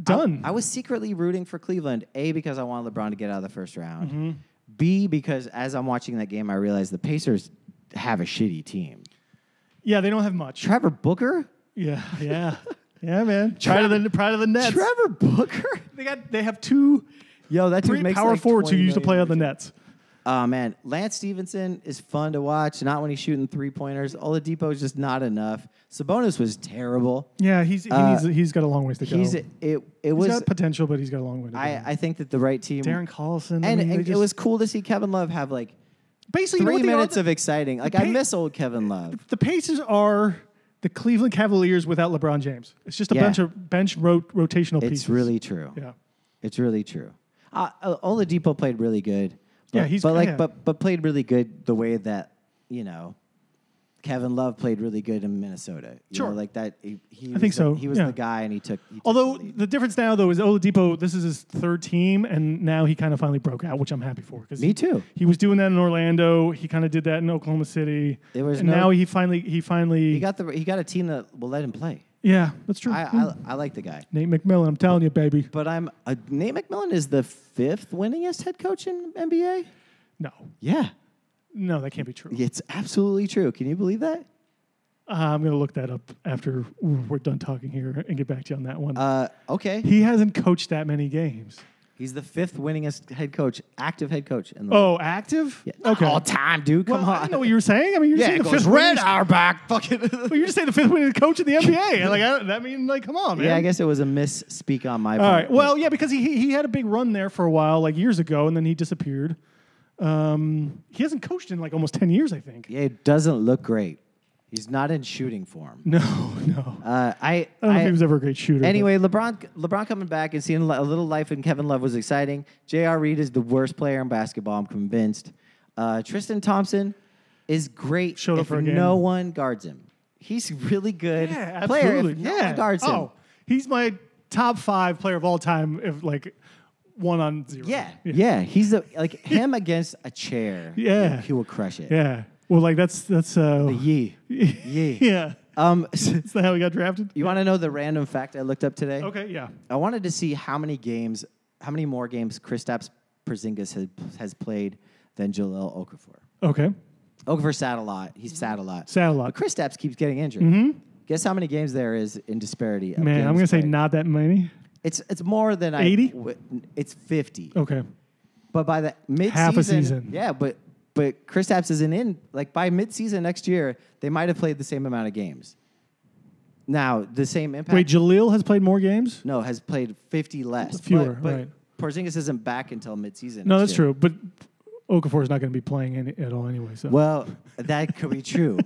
Speaker 2: LeBron done?
Speaker 1: I was secretly rooting for Cleveland, A, because I wanted LeBron to get out of the first round.
Speaker 2: Mm-hmm.
Speaker 1: B, because as I'm watching that game, I realized the Pacers have a shitty team.
Speaker 2: yeah, they don't have much.
Speaker 1: Trevor Booker?
Speaker 2: Yeah, yeah, yeah, man. Pride of the pride of the Nets.
Speaker 1: Trevor Booker?
Speaker 2: They got they have two
Speaker 1: Yo, that
Speaker 2: three
Speaker 1: dude makes
Speaker 2: power
Speaker 1: like
Speaker 2: forwards who
Speaker 1: 20
Speaker 2: used to play
Speaker 1: million
Speaker 2: on the Nets.
Speaker 1: Oh man, Lance Stevenson is fun to watch. Not when he's shooting three pointers. Oladipo is just not enough. Sabonis was terrible.
Speaker 2: Yeah, he's he
Speaker 1: Uh,
Speaker 2: needs, he's got a long ways to go.
Speaker 1: He's
Speaker 2: he's
Speaker 1: it. It, was.
Speaker 2: got potential, but he's got a long way to go.
Speaker 1: I, I think that the right team.
Speaker 2: Darren Collison. I
Speaker 1: and
Speaker 2: mean, they
Speaker 1: and it
Speaker 2: just-
Speaker 1: was cool to see Kevin Love have like
Speaker 2: basically you know
Speaker 1: three
Speaker 2: what they are?
Speaker 1: minutes
Speaker 2: The-
Speaker 1: of exciting. Like I
Speaker 2: Pa-
Speaker 1: miss old Kevin Love.
Speaker 2: the Pacers are the Cleveland Cavaliers without LeBron James. It's just a
Speaker 1: Yeah.
Speaker 2: bunch of bench ro- rotational pieces.
Speaker 1: It's really true.
Speaker 2: yeah.
Speaker 1: It's really true. Uh, uh, Oladipo played really good. But,
Speaker 2: Yeah, he's-
Speaker 1: but like
Speaker 2: yeah.
Speaker 1: but but played really good the way that you know Kevin Love played really good in Minnesota. You
Speaker 2: Sure.
Speaker 1: know, like that. He, he I
Speaker 2: think so,
Speaker 1: he was
Speaker 2: yeah.
Speaker 1: the guy, and he took. He took the
Speaker 2: Although
Speaker 1: lead.
Speaker 2: the difference now though is Oladipo, this is his third team, and now he kind of finally broke out, which I'm happy for. Because
Speaker 1: Me too.
Speaker 2: He was doing that in Orlando. He kind of did that in Oklahoma City.
Speaker 1: There was
Speaker 2: and
Speaker 1: no-
Speaker 2: now he finally he finally
Speaker 1: he got the he got a team that will let him play.
Speaker 2: yeah that's true. Hmm.
Speaker 1: I I, I like the guy.
Speaker 2: Nate McMillan, I'm telling you, baby.
Speaker 1: But I'm uh, Nate McMillan is the fifth winningest head coach in NBA.
Speaker 2: No,
Speaker 1: Yeah,
Speaker 2: no, that can't be true.
Speaker 1: it's absolutely true. Can you believe that?
Speaker 2: Uh, I'm gonna look that up after we're done talking here and get back to you on that one.
Speaker 1: Uh, okay,
Speaker 2: he hasn't coached that many games.
Speaker 1: he's the fifth winningest head coach, active head coach in the
Speaker 2: Oh, active?
Speaker 1: Yeah.
Speaker 2: Okay.
Speaker 1: All time, dude. Come
Speaker 2: Well, I
Speaker 1: on.
Speaker 2: didn't know what you were saying. I mean, you're
Speaker 1: yeah,
Speaker 2: saying
Speaker 1: it
Speaker 2: the
Speaker 1: goes
Speaker 2: fifth
Speaker 1: red
Speaker 2: winningest-
Speaker 1: back. Fucking.
Speaker 2: Well, you're just saying the fifth winningest coach in the NBA. like, I, that mean, like, come on, man.
Speaker 1: yeah, I guess it was a misspeak on my part.
Speaker 2: All right. Well, yeah, because he he- he had a big run there for a while, like years ago, and then he disappeared. Um, he hasn't coached in like almost ten years, I think.
Speaker 1: yeah, it doesn't look great. He's not in shooting form.
Speaker 2: No, no.
Speaker 1: Uh, I.
Speaker 2: I don't know if
Speaker 1: I-
Speaker 2: he was ever a great shooter. but-
Speaker 1: Anyway, LeBron, LeBron coming back and seeing a little life in Kevin Love was exciting. J.R. Reed is the worst player in basketball. I'm convinced. Uh, Tristan Thompson is great
Speaker 2: Showed up
Speaker 1: if
Speaker 2: for a game.
Speaker 1: no one guards him. He's really good
Speaker 2: yeah,
Speaker 1: player
Speaker 2: absolutely.
Speaker 1: if no
Speaker 2: yeah.
Speaker 1: one guards him.
Speaker 2: Oh, he's my top five player of all time. If like one on zero.
Speaker 1: Yeah, yeah, He's the like him against a chair.
Speaker 2: Yeah.
Speaker 1: he will crush it.
Speaker 2: Yeah. Well, like that's that's uh.
Speaker 1: Yee. Yee.
Speaker 2: yeah.
Speaker 1: Um,
Speaker 2: Is that how he got drafted?
Speaker 1: you want to know the random fact I looked up today?
Speaker 2: Okay. Yeah.
Speaker 1: I wanted to see how many games, how many more games Kristaps Porzingis has, has played than Jalil Okafor.
Speaker 2: Okay.
Speaker 1: Okafor sat a lot. He's sat a lot.
Speaker 2: Sat a lot. Mm-hmm.
Speaker 1: But Kristaps keeps getting injured. Guess how many games there is in disparity? Of
Speaker 2: Man, I'm
Speaker 1: games
Speaker 2: gonna say
Speaker 1: played.
Speaker 2: not that many.
Speaker 1: It's it's more than I.
Speaker 2: 80?
Speaker 1: w- It's fifty.
Speaker 2: Okay.
Speaker 1: But by the mid
Speaker 2: Half a season.
Speaker 1: yeah. But but Chris Tapps isn't in. Like by mid season next year, they might have played the same amount of games. Now the same impact.
Speaker 2: Wait, Jaleel has played more games?
Speaker 1: no, has played fifty less.
Speaker 2: Fewer,
Speaker 1: but, but
Speaker 2: right.
Speaker 1: Porzingis isn't back until mid season.
Speaker 2: No, that's true. But Okafor is not going to be playing any, at all anyway. So
Speaker 1: Well, that could be true.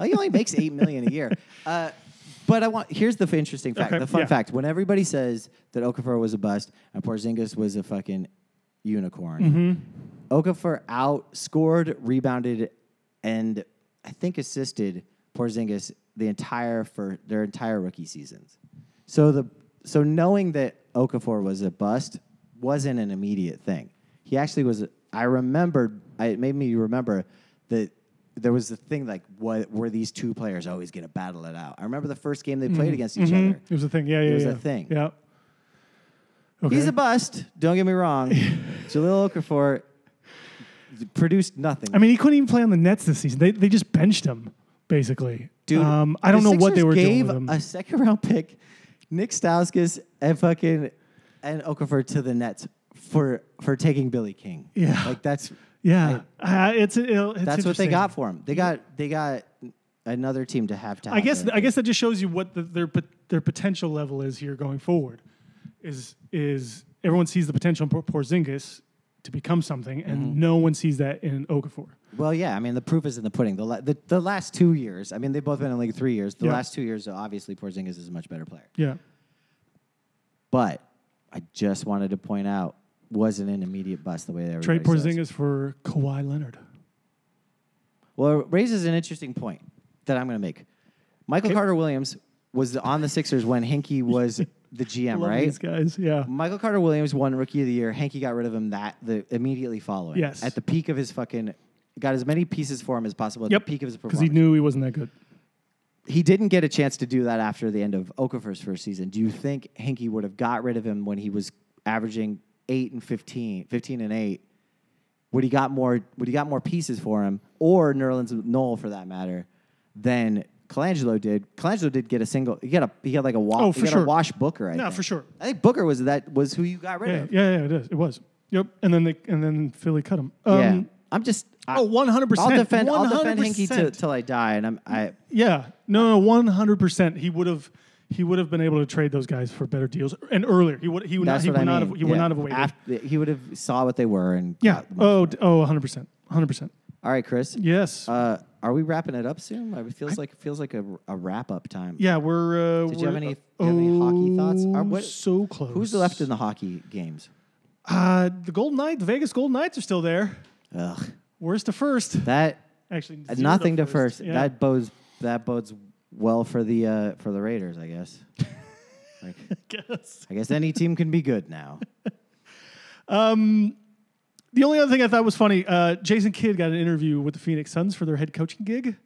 Speaker 1: he only makes eight million a year. Uh, but I want here's the f- interesting fact,
Speaker 2: Okay,
Speaker 1: the fun
Speaker 2: yeah.
Speaker 1: fact. When everybody says that Okafor was a bust and Porzingis was a fucking unicorn,
Speaker 2: Mm-hmm.
Speaker 1: Okafor outscored, rebounded, and I think assisted Porzingis the entire for their entire rookie seasons. So the so knowing that Okafor was a bust wasn't an immediate thing. He actually was. I remembered. I, it made me remember that there was the thing like, what were these two players always going to battle it out? I remember the first game they played
Speaker 2: Mm-hmm.
Speaker 1: against each other.
Speaker 2: it was a thing. Yeah, yeah,
Speaker 1: was a
Speaker 2: yeah.
Speaker 1: thing.
Speaker 2: Yeah. Okay.
Speaker 1: He's a bust. Don't get me wrong. Jaleel Okafor produced nothing.
Speaker 2: I mean, he couldn't even play on the Nets this season. They they just benched him basically.
Speaker 1: Dude,
Speaker 2: um, I
Speaker 1: the
Speaker 2: don't know what they
Speaker 1: Sixers
Speaker 2: were
Speaker 1: gave
Speaker 2: doing with him.
Speaker 1: a second round pick, Nick Stauskas and fucking and Okafor to the Nets for for taking Billy King.
Speaker 2: Yeah.
Speaker 1: like that's
Speaker 2: yeah, uh, it's, it's
Speaker 1: that's what they
Speaker 2: interesting.
Speaker 1: got for him. They got they got another team to have to.
Speaker 2: I guess I guess that just shows you what the, their pot- their potential level is here going forward. Is is everyone sees the potential in Por- Porzingis to become something, and
Speaker 1: Mm-hmm.
Speaker 2: no one sees that in Okafor.
Speaker 1: Well, yeah. I mean, the proof is in the pudding. The, la- the the last two years. I mean, they've both been in the league three years. The
Speaker 2: Yeah.
Speaker 1: last two years, obviously, Porzingis is a much better player.
Speaker 2: Yeah.
Speaker 1: But I just wanted to point out, wasn't an immediate bust the way everybody
Speaker 2: Trade
Speaker 1: says.
Speaker 2: Porzingis for Kawhi Leonard.
Speaker 1: Well, it raises an interesting point that I'm going to make. Michael Carter Williams was on the Sixers when Hinkie was the GM,
Speaker 2: Love
Speaker 1: right?
Speaker 2: These guys. Yeah.
Speaker 1: Michael Carter Williams won Rookie of the Year. Hanky got rid of him that the immediately following.
Speaker 2: Yes.
Speaker 1: At the peak of his fucking, got as many pieces for him as possible. At
Speaker 2: Yep.
Speaker 1: the peak of his
Speaker 2: Because
Speaker 1: performance,
Speaker 2: he knew he wasn't that good.
Speaker 1: he didn't get a chance to do that after the end of Okafor's first season. Do you think Hinkie would have got rid of him when he was averaging eight and 15, 15 and eight? Would he got more? Would he got more pieces for him, or Nerlens Noel for that matter, than Colangelo did? Colangelo did get a single. He got a he got like a wash.
Speaker 2: Oh, for
Speaker 1: he got a
Speaker 2: sure.
Speaker 1: wash Booker. I
Speaker 2: No,
Speaker 1: think.
Speaker 2: for sure.
Speaker 1: I think Booker was that was who you got rid
Speaker 2: Yeah,
Speaker 1: of.
Speaker 2: yeah, yeah, it is. It was. Yep. And then they and then Philly cut him. Um,
Speaker 1: yeah, I'm just. I,
Speaker 2: Oh, 100%.
Speaker 1: I'll defend. I'll defend Hinkie till,
Speaker 2: 100%.
Speaker 1: till I die, and I'm. I
Speaker 2: Yeah. No, no, one hundred percent. He would have he would have been able to trade those guys for better deals and earlier. He would he would not
Speaker 1: that's
Speaker 2: he
Speaker 1: what
Speaker 2: would
Speaker 1: I mean.
Speaker 2: not have he would
Speaker 1: Yeah.
Speaker 2: not have waited.
Speaker 1: After- he would have saw what they were and
Speaker 2: yeah.
Speaker 1: got them.
Speaker 2: Oh, d- oh, 100%. 100%.
Speaker 1: All right, Chris.
Speaker 2: Yes.
Speaker 1: Uh, are we wrapping it up soon? Like, It feels like it feels like a, a wrap up time.
Speaker 2: yeah, we're uh
Speaker 1: Did you
Speaker 2: we're-
Speaker 1: have any,
Speaker 2: oh,
Speaker 1: you have any hockey thoughts? Are- what-
Speaker 2: so close.
Speaker 1: Who's left in the hockey games?
Speaker 2: Uh the Golden Knights, the Vegas Golden Knights are still there.
Speaker 1: Ugh,
Speaker 2: Worst to first.
Speaker 1: that
Speaker 2: Actually, zero
Speaker 1: Uh, nothing to first.
Speaker 2: Yeah.
Speaker 1: That bodes that bodes well for the uh, for the Raiders, I guess. like,
Speaker 2: guess.
Speaker 1: I guess any team can be good now.
Speaker 2: The only other thing I thought was funny, uh, Jason Kidd got an interview with the Phoenix Suns for their head coaching gig,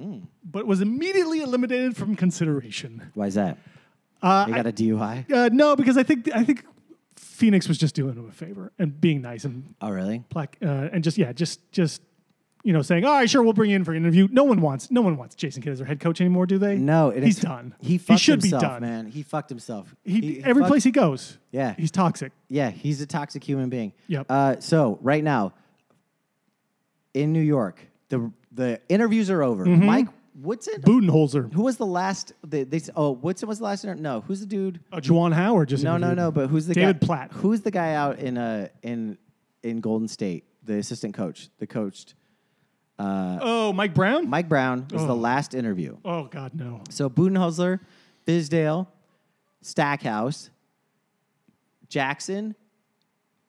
Speaker 1: Hmm.
Speaker 2: but was immediately eliminated from consideration.
Speaker 1: Why is that?
Speaker 2: Uh,
Speaker 1: They
Speaker 2: I-
Speaker 1: got a DUI.
Speaker 2: uh, no, because I think I think Phoenix was just doing him a favor and being nice and
Speaker 1: Oh, really?
Speaker 2: plac- uh, and just yeah, just just you know saying, all right, sure, we'll bring you in for an interview. No one wants no one wants Jason Kidd as their head coach anymore, do they?
Speaker 1: No, it
Speaker 2: he's
Speaker 1: is-
Speaker 2: done.
Speaker 1: He fucked
Speaker 2: should
Speaker 1: himself,
Speaker 2: be done,
Speaker 1: man. He fucked himself.
Speaker 2: He, every
Speaker 1: fucked-
Speaker 2: place he goes,
Speaker 1: Yeah.
Speaker 2: he's toxic.
Speaker 1: Yeah, he's a toxic human being.
Speaker 2: Yep.
Speaker 1: Uh, so right now, in New York, the the interviews are over.
Speaker 2: Mm-hmm.
Speaker 1: Mike Woodson,
Speaker 2: Budenholzer,
Speaker 1: who was the last? They, they s- oh Woodson was the last. Inter- no, who's the dude?
Speaker 2: uh, Juwan Howard, just
Speaker 1: No, no,
Speaker 2: interviewed
Speaker 1: no.
Speaker 2: him.
Speaker 1: But who's the
Speaker 2: David
Speaker 1: guy,
Speaker 2: Platt?
Speaker 1: Who's the guy out in uh in in Golden State? The assistant coach, the coached
Speaker 2: oh, Mike Brown.
Speaker 1: Mike Brown was the
Speaker 2: Oh.
Speaker 1: last interview.
Speaker 2: Oh God, no.
Speaker 1: So Budenholzer, Fisdale, Stackhouse, Jackson,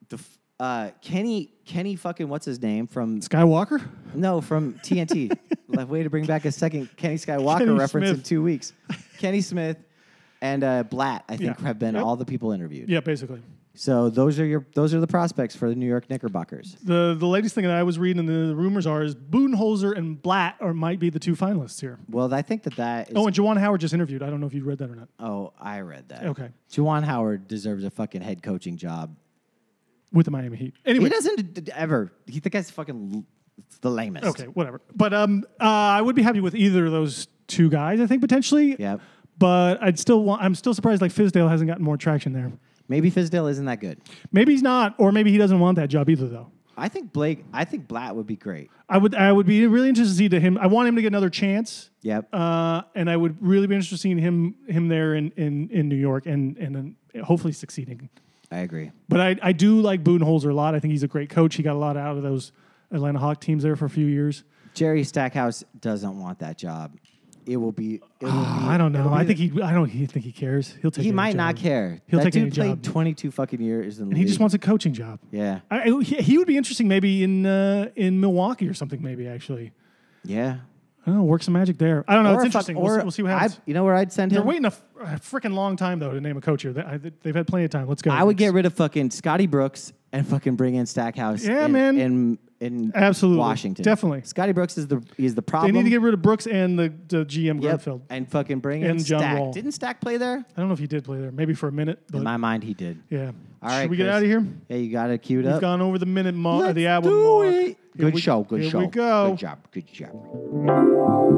Speaker 1: the f- uh, Kenny Kenny fucking what's his name from
Speaker 2: Skywalker?
Speaker 1: no from TNT. Like, way to bring back a second Kenny Skywalker
Speaker 2: Kenny
Speaker 1: reference in
Speaker 2: Smith.
Speaker 1: two weeks. Kenny Smith and uh, Blatt, I think,
Speaker 2: Yeah.
Speaker 1: have been
Speaker 2: Yep.
Speaker 1: all the people interviewed.
Speaker 2: Yeah, basically.
Speaker 1: So those are your those are the prospects for the New York Knickerbockers.
Speaker 2: The the latest thing that I was reading and the, rumors are is Boonholzer and Blatt are might be the two finalists here.
Speaker 1: Well, I think that that is.
Speaker 2: Oh, and Jawan Howard just interviewed. I don't know if you read that or not.
Speaker 1: oh, I read that.
Speaker 2: Okay.
Speaker 1: Juwan Howard deserves a fucking head coaching job
Speaker 2: With the Miami Heat.
Speaker 1: He
Speaker 2: Anyway.
Speaker 1: doesn't d- d- ever. He the guy's fucking l- it's the lamest.
Speaker 2: Okay, whatever. But um uh, I would be happy with either of those two guys, I think potentially.
Speaker 1: Yep.
Speaker 2: But I'd still want. I'm still surprised like Fizdale hasn't gotten more traction there.
Speaker 1: Maybe Fizdale isn't that good.
Speaker 2: Maybe he's not, or maybe he doesn't want that job either, though.
Speaker 1: I think Blake. I think Blatt would be great.
Speaker 2: I would I would be really interested to see to him. I want him to get another chance.
Speaker 1: Yep.
Speaker 2: Uh, and I would really be interested in seeing him him there in in, in New York and and um, hopefully succeeding.
Speaker 1: I agree.
Speaker 2: But I, I do like Budenholzer a lot. I think he's a great coach. He got a lot out of those Atlanta Hawk teams there for a few years.
Speaker 1: Jerry Stackhouse doesn't want that job. It will be. It will be
Speaker 2: I don't
Speaker 1: Ah, it'll
Speaker 2: know.
Speaker 1: be
Speaker 2: I
Speaker 1: the-
Speaker 2: think he I don't he think he cares. He'll take
Speaker 1: he
Speaker 2: any
Speaker 1: might not
Speaker 2: job.
Speaker 1: care.
Speaker 2: He'll
Speaker 1: that
Speaker 2: take any
Speaker 1: dude played
Speaker 2: job.
Speaker 1: 22 fucking years in the
Speaker 2: And he
Speaker 1: league.
Speaker 2: just wants a coaching job.
Speaker 1: Yeah.
Speaker 2: I, I- he, he would be interesting maybe in uh, in Milwaukee or something maybe actually.
Speaker 1: Yeah.
Speaker 2: I don't know, work some magic there. I don't know.
Speaker 1: Or
Speaker 2: it's
Speaker 1: a fuck-
Speaker 2: interesting. we'll,
Speaker 1: or
Speaker 2: see, we'll see what happens.
Speaker 1: I, you know where I'd send him?
Speaker 2: They're waiting a, f- a freaking long time though to name a coach here. They, I, they've had plenty of time. Let's go.
Speaker 1: I would get rid of fucking Scotty Brooks and fucking bring in Stackhouse.
Speaker 2: Yeah,
Speaker 1: in,
Speaker 2: man.
Speaker 1: In in
Speaker 2: Absolutely.
Speaker 1: Washington,
Speaker 2: Definitely.
Speaker 1: Scotty Brooks is the is the
Speaker 2: They
Speaker 1: problem.
Speaker 2: need to get rid of Brooks and the, the GM
Speaker 1: Yep.
Speaker 2: Grunfeld.
Speaker 1: and fucking bring in
Speaker 2: And John
Speaker 1: Stack.
Speaker 2: Wall.
Speaker 1: Didn't Stack play there?
Speaker 2: I don't know if he did play there, maybe for a minute, but
Speaker 1: In my mind, he did.
Speaker 2: yeah.
Speaker 1: All
Speaker 2: Should
Speaker 1: right,
Speaker 2: we get
Speaker 1: Chris.
Speaker 2: out of here?
Speaker 1: Yeah, you got it queued
Speaker 2: We've
Speaker 1: up.
Speaker 2: gone over the minute mark, uh,
Speaker 1: Let's
Speaker 2: the hour
Speaker 1: do
Speaker 2: mark.
Speaker 1: it.
Speaker 2: Here
Speaker 1: Good
Speaker 2: we-
Speaker 1: show. Good
Speaker 2: here
Speaker 1: show.
Speaker 2: we go.
Speaker 1: Good job. Good job.